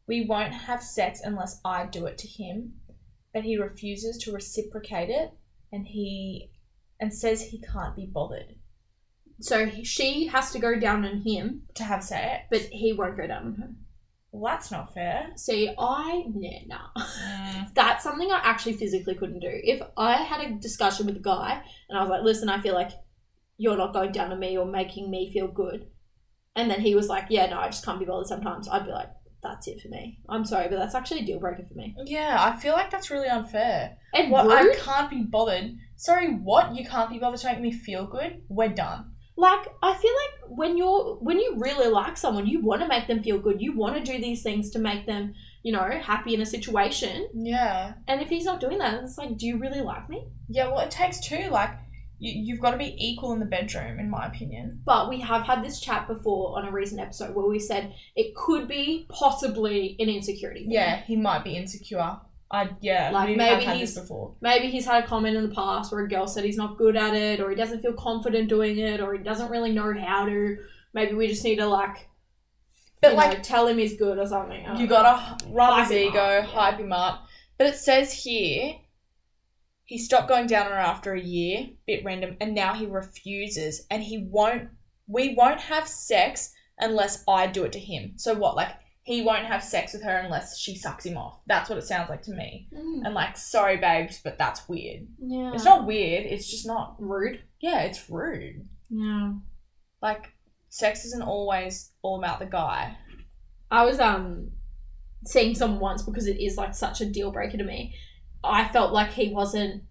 We won't have sex unless I do it to him, but he refuses to reciprocate it and he and says he can't be bothered So he- she has to go down on him, to have sex. but he won't go down on her. Well, that's not fair. See, I nah, nah. that's something I actually physically couldn't do. If I had a discussion with a guy and I was like, listen, I feel like you're not going down on me or making me feel good, and then he was like, yeah, no, I just can't be bothered sometimes, I'd be like, that's it for me. I'm sorry, but that's actually a deal breaker for me. Yeah, I feel like that's really unfair. And What I rude. can't be bothered. Sorry, what? You can't be bothered to make me feel good? We're done. Like, I feel like when you're when you really like someone, you want to make them feel good. You want to do these things to make them, you know, happy in a situation. Yeah. And if he's not doing that, it's like, do you really like me? Yeah, well, it takes two. Like, you, you've got to be equal in the bedroom, in my opinion. But we have had this chat before on a recent episode where we said it could be possibly an insecurity. thing. Yeah, he might be insecure. I yeah, Like, we maybe have had he's- this before. Maybe he's had a comment in the past where a girl said he's not good at it or he doesn't feel confident doing it or he doesn't really know how to. Maybe we just need to like But you like, know, tell him he's good or something. I don't you know. gotta h- rub Hype his him ego, up, yeah. uh, hype him up. But it says here, he stopped going down on her after a year, bit random, and now he refuses, and he won't. We won't have sex unless I do it to him. So what? Like, he won't have sex with her unless she sucks him off. That's what it sounds like to me. Mm, And like, sorry, babes, but that's weird. yeah. It's not weird. It's just not. rude. Yeah, it's rude. Yeah. Like, sex isn't always all about the guy. I was um seeing someone once because it is like such a deal breaker to me. I felt like he wasn't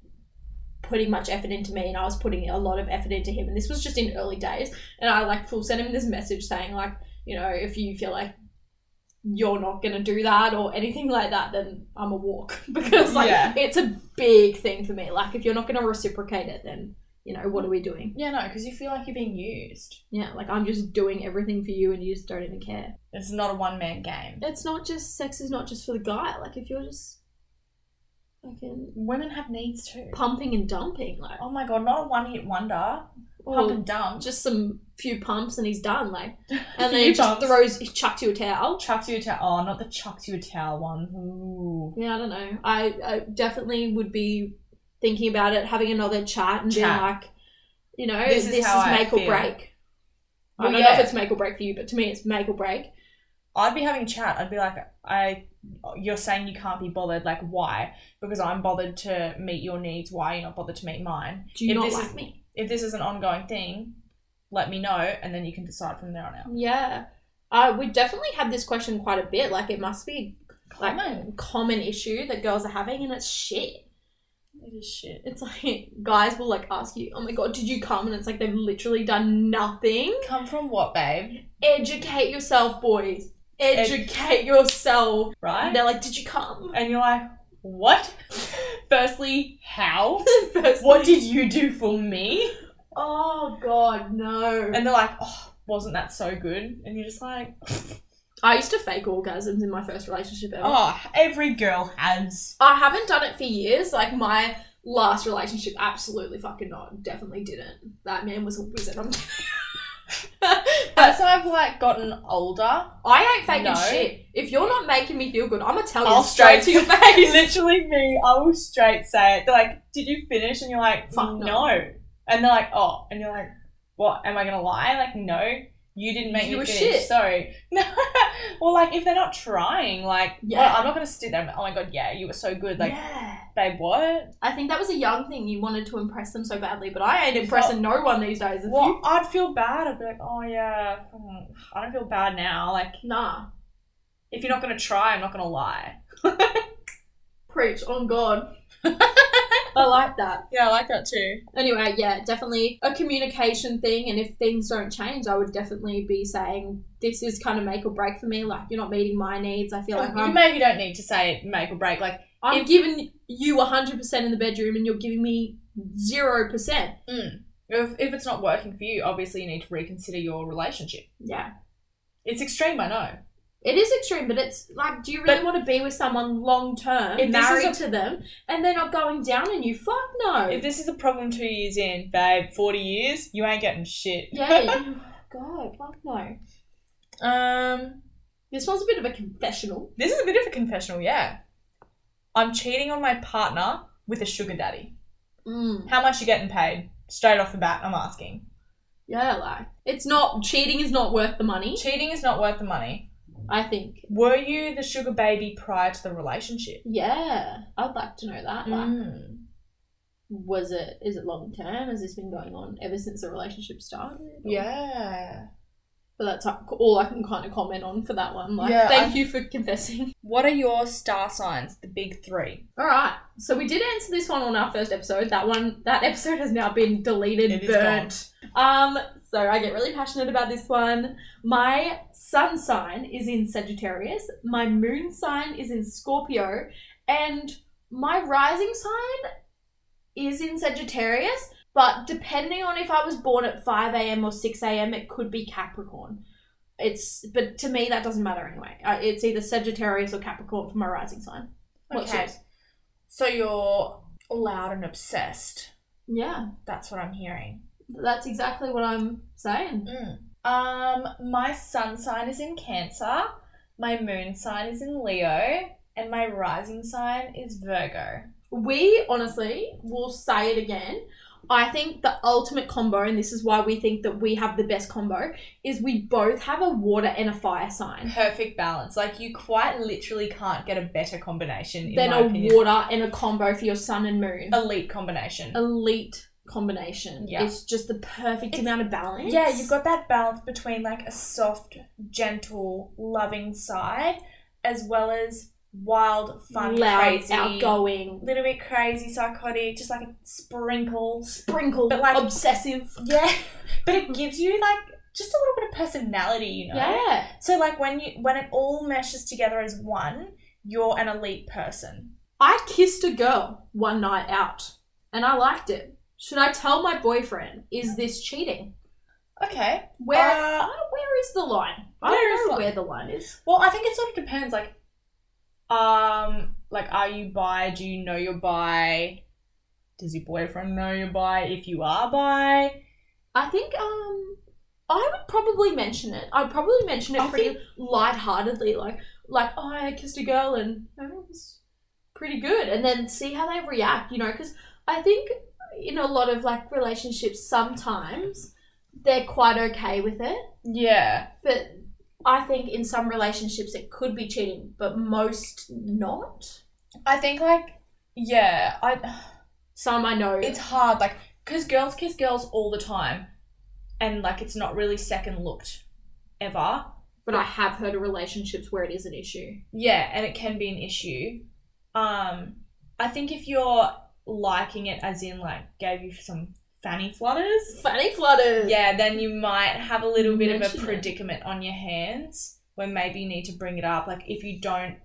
putting much effort into me and I was putting a lot of effort into him. And this was just in early days. And I like full sent him this message saying, like, you know, if you feel like you're not gonna do that or anything like that, then I'm a walk because like Yeah. it's a big thing for me. Like if you're not gonna reciprocate it, then you know what are we doing? Yeah, no, because you feel like you're being used. Yeah, like I'm just doing everything for you and you just don't even care. It's not a one man game. It's not just sex is not just for the guy. Like if you're just fucking Women have needs too. pumping and dumping, like Oh my god, not a one hit wonder. or Pump and dump. Just just some few pumps and he's done, like and then Few he just pumps. throws he chucks you a towel. chucks you a towel. Oh, not the chucks you a towel one. Ooh. Yeah, I don't know. I, I definitely would be thinking about it, having another chat, and Chat. being like, you know, This this, is is, how I make feel. or break. Well, I don't know yeah. if it's make or break for you, but to me, it's make or break. I'd be having a chat. I'd be like, I, you're saying you can't be bothered. Like, why? Because I'm bothered to meet your needs. Why are you not bothered to meet mine? Do you If not this like is- me? If this is an ongoing thing, let me know, and then you can decide from there on out. Yeah, uh, we definitely had this question quite a bit. Like, it must be Like- Common. a common issue that girls are having, and it's shit. It is shit. It's like guys will like ask you, "Oh my god, did you come?" And it's like they've literally done nothing. Come from what, babe? Educate yourself, boys. Ed- Educate yourself. Right? And they're like, "Did you come?" And you're like, what? Firstly, how? First What did you do for me? Oh god, no. And they're like, oh, wasn't that so good? And you're just like, I used to fake orgasms in my first relationship ever. oh, every girl has. I haven't done it for years. Like my last relationship, absolutely fucking not. Definitely didn't. That man was a wizard. I'm As I've like gotten older, I ain't faking No. shit. If you're not making me feel good, I'ma tell you I'll straight, to your face. literally me, I will straight say it. They're like, did you finish? And you're like, Fuck no. And they're like, oh. And you're like, what? Am I gonna lie? Like, no, you didn't make You me were finish. shit. Sorry. well, like if they're not trying, like, Yeah. well, I'm not gonna sit there. And, be, oh my god, yeah, you were so good. Like, yeah. babe, what? I think that was a young thing. You wanted to impress them so badly, but I ain't Well- impressing no one these days. If Well, you- I'd feel bad. I'd be like, oh yeah, hmm, I don't feel bad now. Like, Nah. if you're not gonna try, I'm not gonna lie. Preach on God. I like that. Yeah, I like that too. Anyway, yeah, definitely a communication thing. And if things don't change, I would definitely be saying this is kind of make or break for me. Like you're not meeting my needs. I feel like you I'm, maybe don't need to say make or break. Like, Oh, I'm giving you 100% in the bedroom, and you're giving me zero percent. if, if it's not working for you, obviously you need to reconsider your relationship. Yeah, It's extreme, I know. it is extreme, but it's like, do you really But- want to be with someone long term, If this is married a- to them, and they're not going down on you? Fuck no. If this is a problem two years in, babe, 40 years, you ain't getting shit. yeah. God, fuck no. Um, This one's a bit of a confessional. this is a bit of a confessional, yeah. I'm cheating on my partner with a sugar daddy. Mm. How much you getting paid? Straight off the bat, I'm asking. Yeah, like it's not cheating is not worth the money. Cheating is not worth the money. I think Were you the sugar baby prior to the relationship? Yeah, I'd like to know that. Like, Mm. was it? Is it long term? Has this been going on ever since the relationship started? Yeah. but that's like, all I can kind of comment on for that one. Like, Yeah, thank you for confessing. What are your star signs, the big three? All right, so we did answer this one on our first episode. That one, that episode has now been deleted, burnt. Um, so I get really passionate about this one. My sun sign is in Sagittarius. My moon sign is in Scorpio, and my rising sign is in Sagittarius. But depending on if I was born at five a.m. or six a.m., it could be Capricorn. It's but to me that doesn't matter anyway. Uh, it's either Sagittarius or Capricorn for my rising sign. What's Okay. yours? So you're loud and obsessed. Yeah, That's what I'm hearing. Mm. that's exactly what I'm saying. Um, my sun sign is in Cancer, my moon sign is in Leo, and my rising sign is Virgo. We honestly will say it again. I think the ultimate combo, and this is why we think that we have the best combo, is we both have a water and a fire sign. Perfect balance. Like you quite literally can't get a better combination. In Then my a opinion. water and a combo for your sun and moon. elite combination. Elite combination. Yeah. It's just the perfect It's- amount of balance. Yeah, you've got that balance between like a soft, gentle, loving side, as well as wild, fun, loud, crazy, outgoing, little bit crazy, psychotic, just like a sprinkle. sprinkled, But, like- obsessive. Yeah, but it gives you like just a little bit of personality, you know. Yeah. So like when you when it all meshes together as one, you're an elite person. I kissed a girl one night out and I liked it. Should I tell my boyfriend? Is this cheating? Okay. Where Uh, I- where is the line? I where is don't know the- where the line is. Well, I think it sort of depends. Like, Um, like, are you bi? Do you know you're bi? Does your boyfriend know you're bi? If you are bi, I think um I would probably mention it. I'd probably mention it I pretty lightheartedly, like like oh I kissed a girl and you know, it was pretty good, and then see how they react, you know, because I think in a lot of like relationships sometimes they're quite okay with it, yeah, but I think in some relationships it could be cheating, but most not. I think like, yeah, I. Some I know It's hard, like, because girls kiss girls all the time, and like it's not really second looked, ever. but I have heard of relationships where it is an issue. Yeah, and it can be an issue. Um, I think if you're liking it, as in like gave you some fanny flutters, Fanny flutters. yeah, then you might have a little bit of a Mention it. predicament on your hands where maybe you need to bring it up. Like if you don't,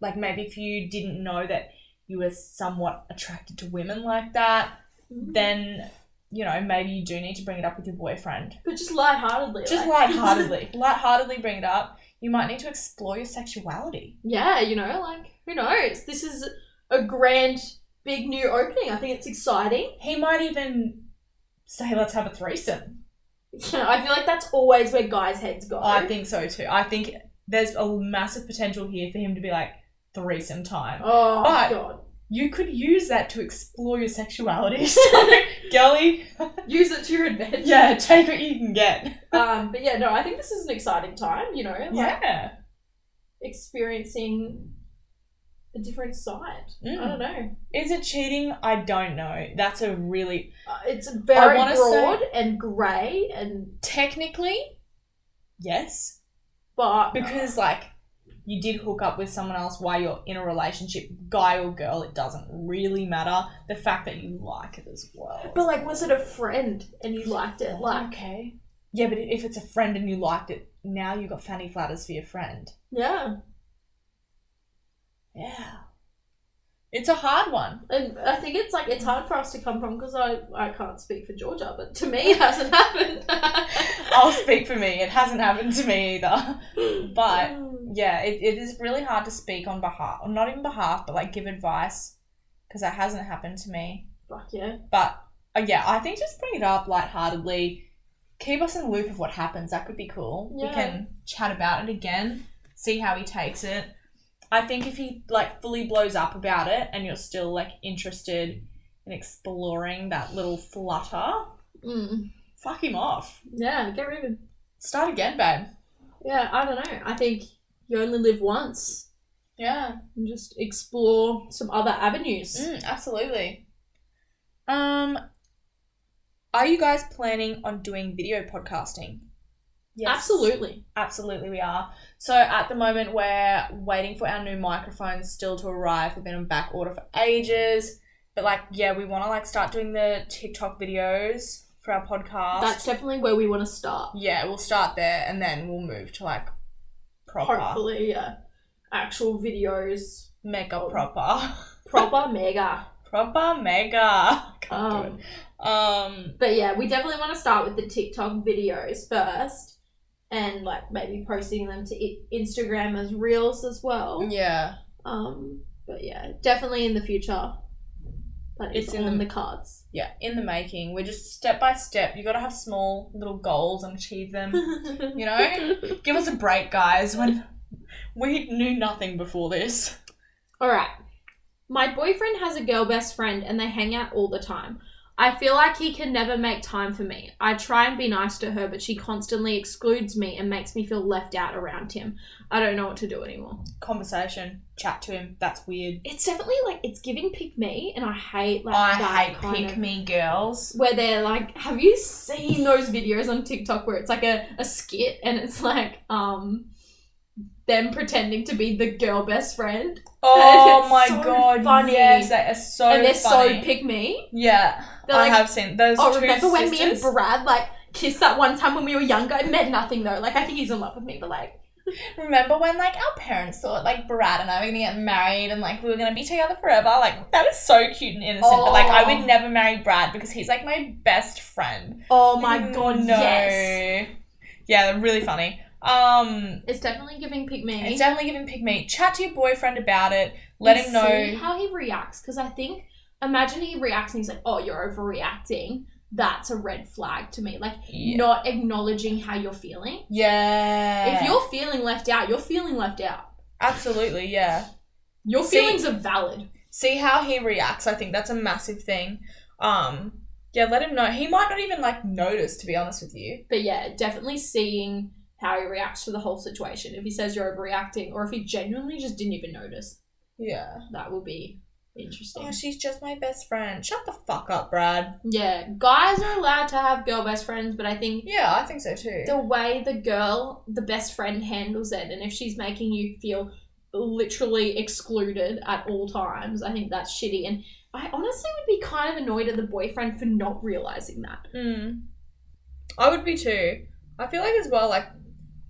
like maybe if you didn't know that you were somewhat attracted to women like that, then you know maybe you do need to bring it up with your boyfriend. But just lightheartedly. Just like- lightheartedly, lightheartedly bring it up. You might need to explore your sexuality. yeah, you know, like who knows? This is a grand, big new opening. I think it's exciting. He might even say, let's have a threesome. Yeah, I feel like that's always where guys' heads go. I think so too. I think there's a massive potential here for him to be like threesome time. Oh But- god. You could use that to explore your sexuality. So, Gelly, Use it to your advantage. yeah, take what you can get. Um, but yeah, no, I think this is an exciting time, you know, like Yeah, experiencing a different side. I Mm. don't know. is it cheating? I don't know. That's a really Uh, it's very wanna broad and grey and technically yes but because like you did hook up with someone else while you're in a relationship guy or girl it doesn't really matter the fact that you like it as well but like was it a friend and you liked it? Like okay yeah but if it's a friend and you liked it now you got fanny flatters for your friend yeah. yeah it's a hard one And I think it's like it's hard for us to come from because I, I can't speak for Georgia, but to me it hasn't happened. i'll speak for me it hasn't happened to me either but yeah it, it is really hard to speak on behalf not even behalf but like give advice because that hasn't happened to me fuck yeah, But uh, yeah, I think just bring it up lightheartedly. Keep us in the loop of what happens. That could be cool. Yeah. We can chat about it again, see how he takes it. I think if he like fully blows up about it and you're still like interested in exploring that little flutter, mm. fuck him off. yeah, get rid of him. Start again, babe. Yeah, I don't know. I think you only live once. Yeah. And just explore some other avenues. Mm, absolutely. Um are you guys planning on doing video podcasting? Yes. Absolutely. Absolutely, we are. So at the moment, we're waiting for our new microphones still to arrive. We've been on back order for ages, but like, yeah, we want to like start doing the TikTok videos for our podcast. That's definitely where we want to start. yeah, we'll start there and then we'll move to like proper Hopefully, yeah. Actual videos, Oh. mega proper proper mega. proper mega. Can't Um, do it. Um, But yeah, we definitely want to start with the TikTok videos first and like maybe posting them to I- Instagram as reels as well. yeah, Um, but yeah, definitely in the future. That is It's it's in on the- the cards. yeah, in the making. We're just step by step. You got to have small little goals and achieve them. you know? Give us a break, guys. When we knew nothing before this. All right. My boyfriend has a girl best friend and they hang out all the time. I feel like he can never make time for me. I try and be nice to her, but she constantly excludes me and makes me feel left out around him. I don't know what to do anymore. Conversation, chat to him. That's weird. it's definitely like it's giving pick me and I hate like I that hate kind pick of- me girls. where they're like have you seen those videos on TikTok where it's like a, a skit and it's like um them pretending to be the girl best friend. Oh It's my so god, funny. yes, they are so and they're funny. so pick me. yeah, They're I like, have seen those. Oh, two remember when me and sisters? Brad like kissed that one time when we were younger? It meant nothing though. Like I think he's in love with me, but like Remember when like our parents thought like Brad and I were gonna get married and like we were gonna be together forever? Like that is so cute and innocent. But like I Oh. would never marry Brad because he's like my best friend. oh my god, no. yes. Yeah, they're really funny. Um It's definitely giving pick me. it's definitely giving pig meat. Chat to your boyfriend about it. Let and him see know. how he reacts because I think imagine he reacts and he's like, "Oh, you're overreacting." That's a red flag to me. Like Yeah. not acknowledging how you're feeling. yeah. If you're feeling left out, you're feeling left out. absolutely, yeah. Your See- feelings are valid. see how he reacts. I think that's a massive thing. Um, yeah, let him know. He might not even like notice, to be honest with you. But yeah, definitely seeing how he reacts to the whole situation. If he says you're overreacting, or if he genuinely just didn't even notice, Yeah. that would be interesting. Oh, she's just my best friend. Shut the fuck up, Brad. yeah, guys are allowed to have girl best friends, but I think Yeah, I think so too. the way the girl, the best friend, handles it, and if she's making you feel literally excluded at all times, I think that's shitty. And I honestly would be kind of annoyed at the boyfriend for not realizing that. Mm. I would be too. I feel like as well, like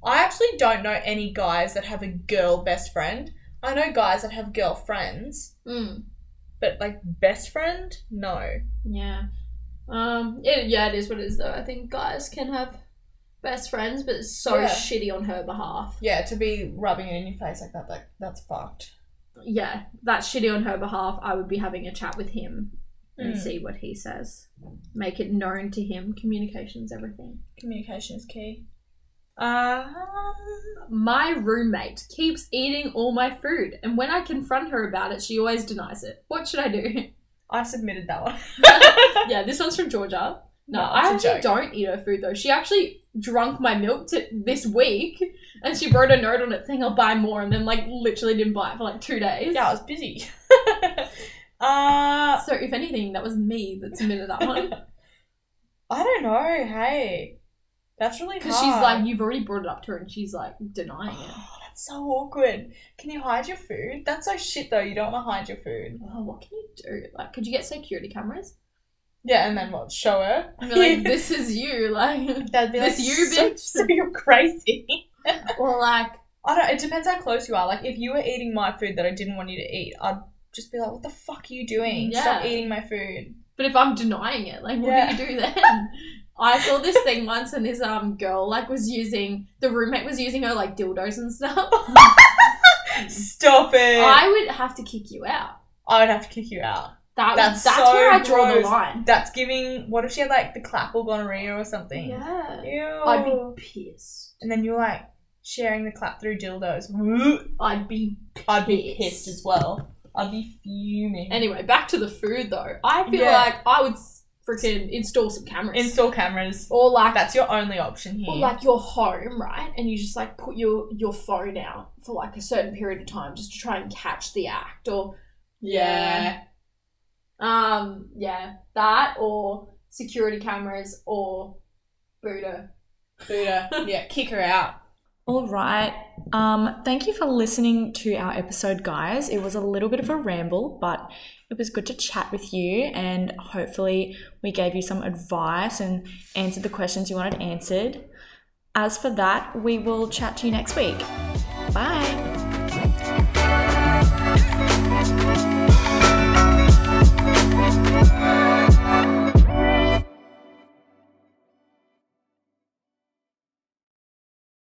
I actually don't know any guys that have a girl best friend. I know guys that have girlfriends, Mm, but like best friend, no. yeah. Um. It, yeah, it is what it is, though. I think guys can have best friends, but it's so Yeah. shitty on her behalf. Yeah, to be rubbing it in your face like that, like that's fucked. Yeah, that's shitty on her behalf. I would be having a chat with him and Mm. see what he says. Make it known to him. Communication's everything. Communication is key. Um, My roommate keeps eating all my food, and when I confront her about it, she always denies it. What should I do? I submitted that one. yeah, this one's from Georgia. No, No, I it's a actually don't eat her food though. She actually drunk my milk t- this week, and she wrote a note on it saying I'll buy more, and then like literally didn't buy it for like two days. yeah, I was busy. uh, So if anything, that was me that submitted that one I don't know. Hey, that's really because because she's like, you've already brought it up to her, and she's like denying it. Oh, that's so awkward. Can you hide your food? That's so shit though. You don't want to hide your food. Oh, what can you do? Like, could you get security cameras? Yeah, and then what? Show her. And be like, this is you, like, That'd be This like, you, so- bitch? So you're crazy. or like, I don't. It depends how close you are. Like if you were eating my food that I didn't want you to eat, I'd just be like, "What the fuck are you doing? Stop Yeah. eating my food." But if I'm denying it, like, what Yeah. do you do then? I saw this thing once, and this um girl like was using the roommate was using her like dildos and stuff. Stop it. I, I would have to kick you out. would have to kick you out. That That's that's, that's so where I draw gross. the line. That's giving. What if she had like the clap or gonorrhea or something? Yeah, Ew. I'd be pissed. and then you're like sharing the clap through dildos. I'd be I'd be Pissed. pissed as well. I'd be fuming. anyway. Back to the food though. I feel Yeah. like I would freaking install some cameras install cameras. or like That's your only option here. Or like you're home, right? And you just like put your your phone out for like a certain period of time just to try and catch the act or yeah. um yeah, that or security cameras or Buddha. Buddha. Yeah, kick her out. All right. Um, thank you for listening to our episode, guys. It was a little bit of a ramble, but it was good to chat with you. And hopefully, we gave you some advice and answered the questions you wanted answered. As for that, we will chat to you next week. Bye.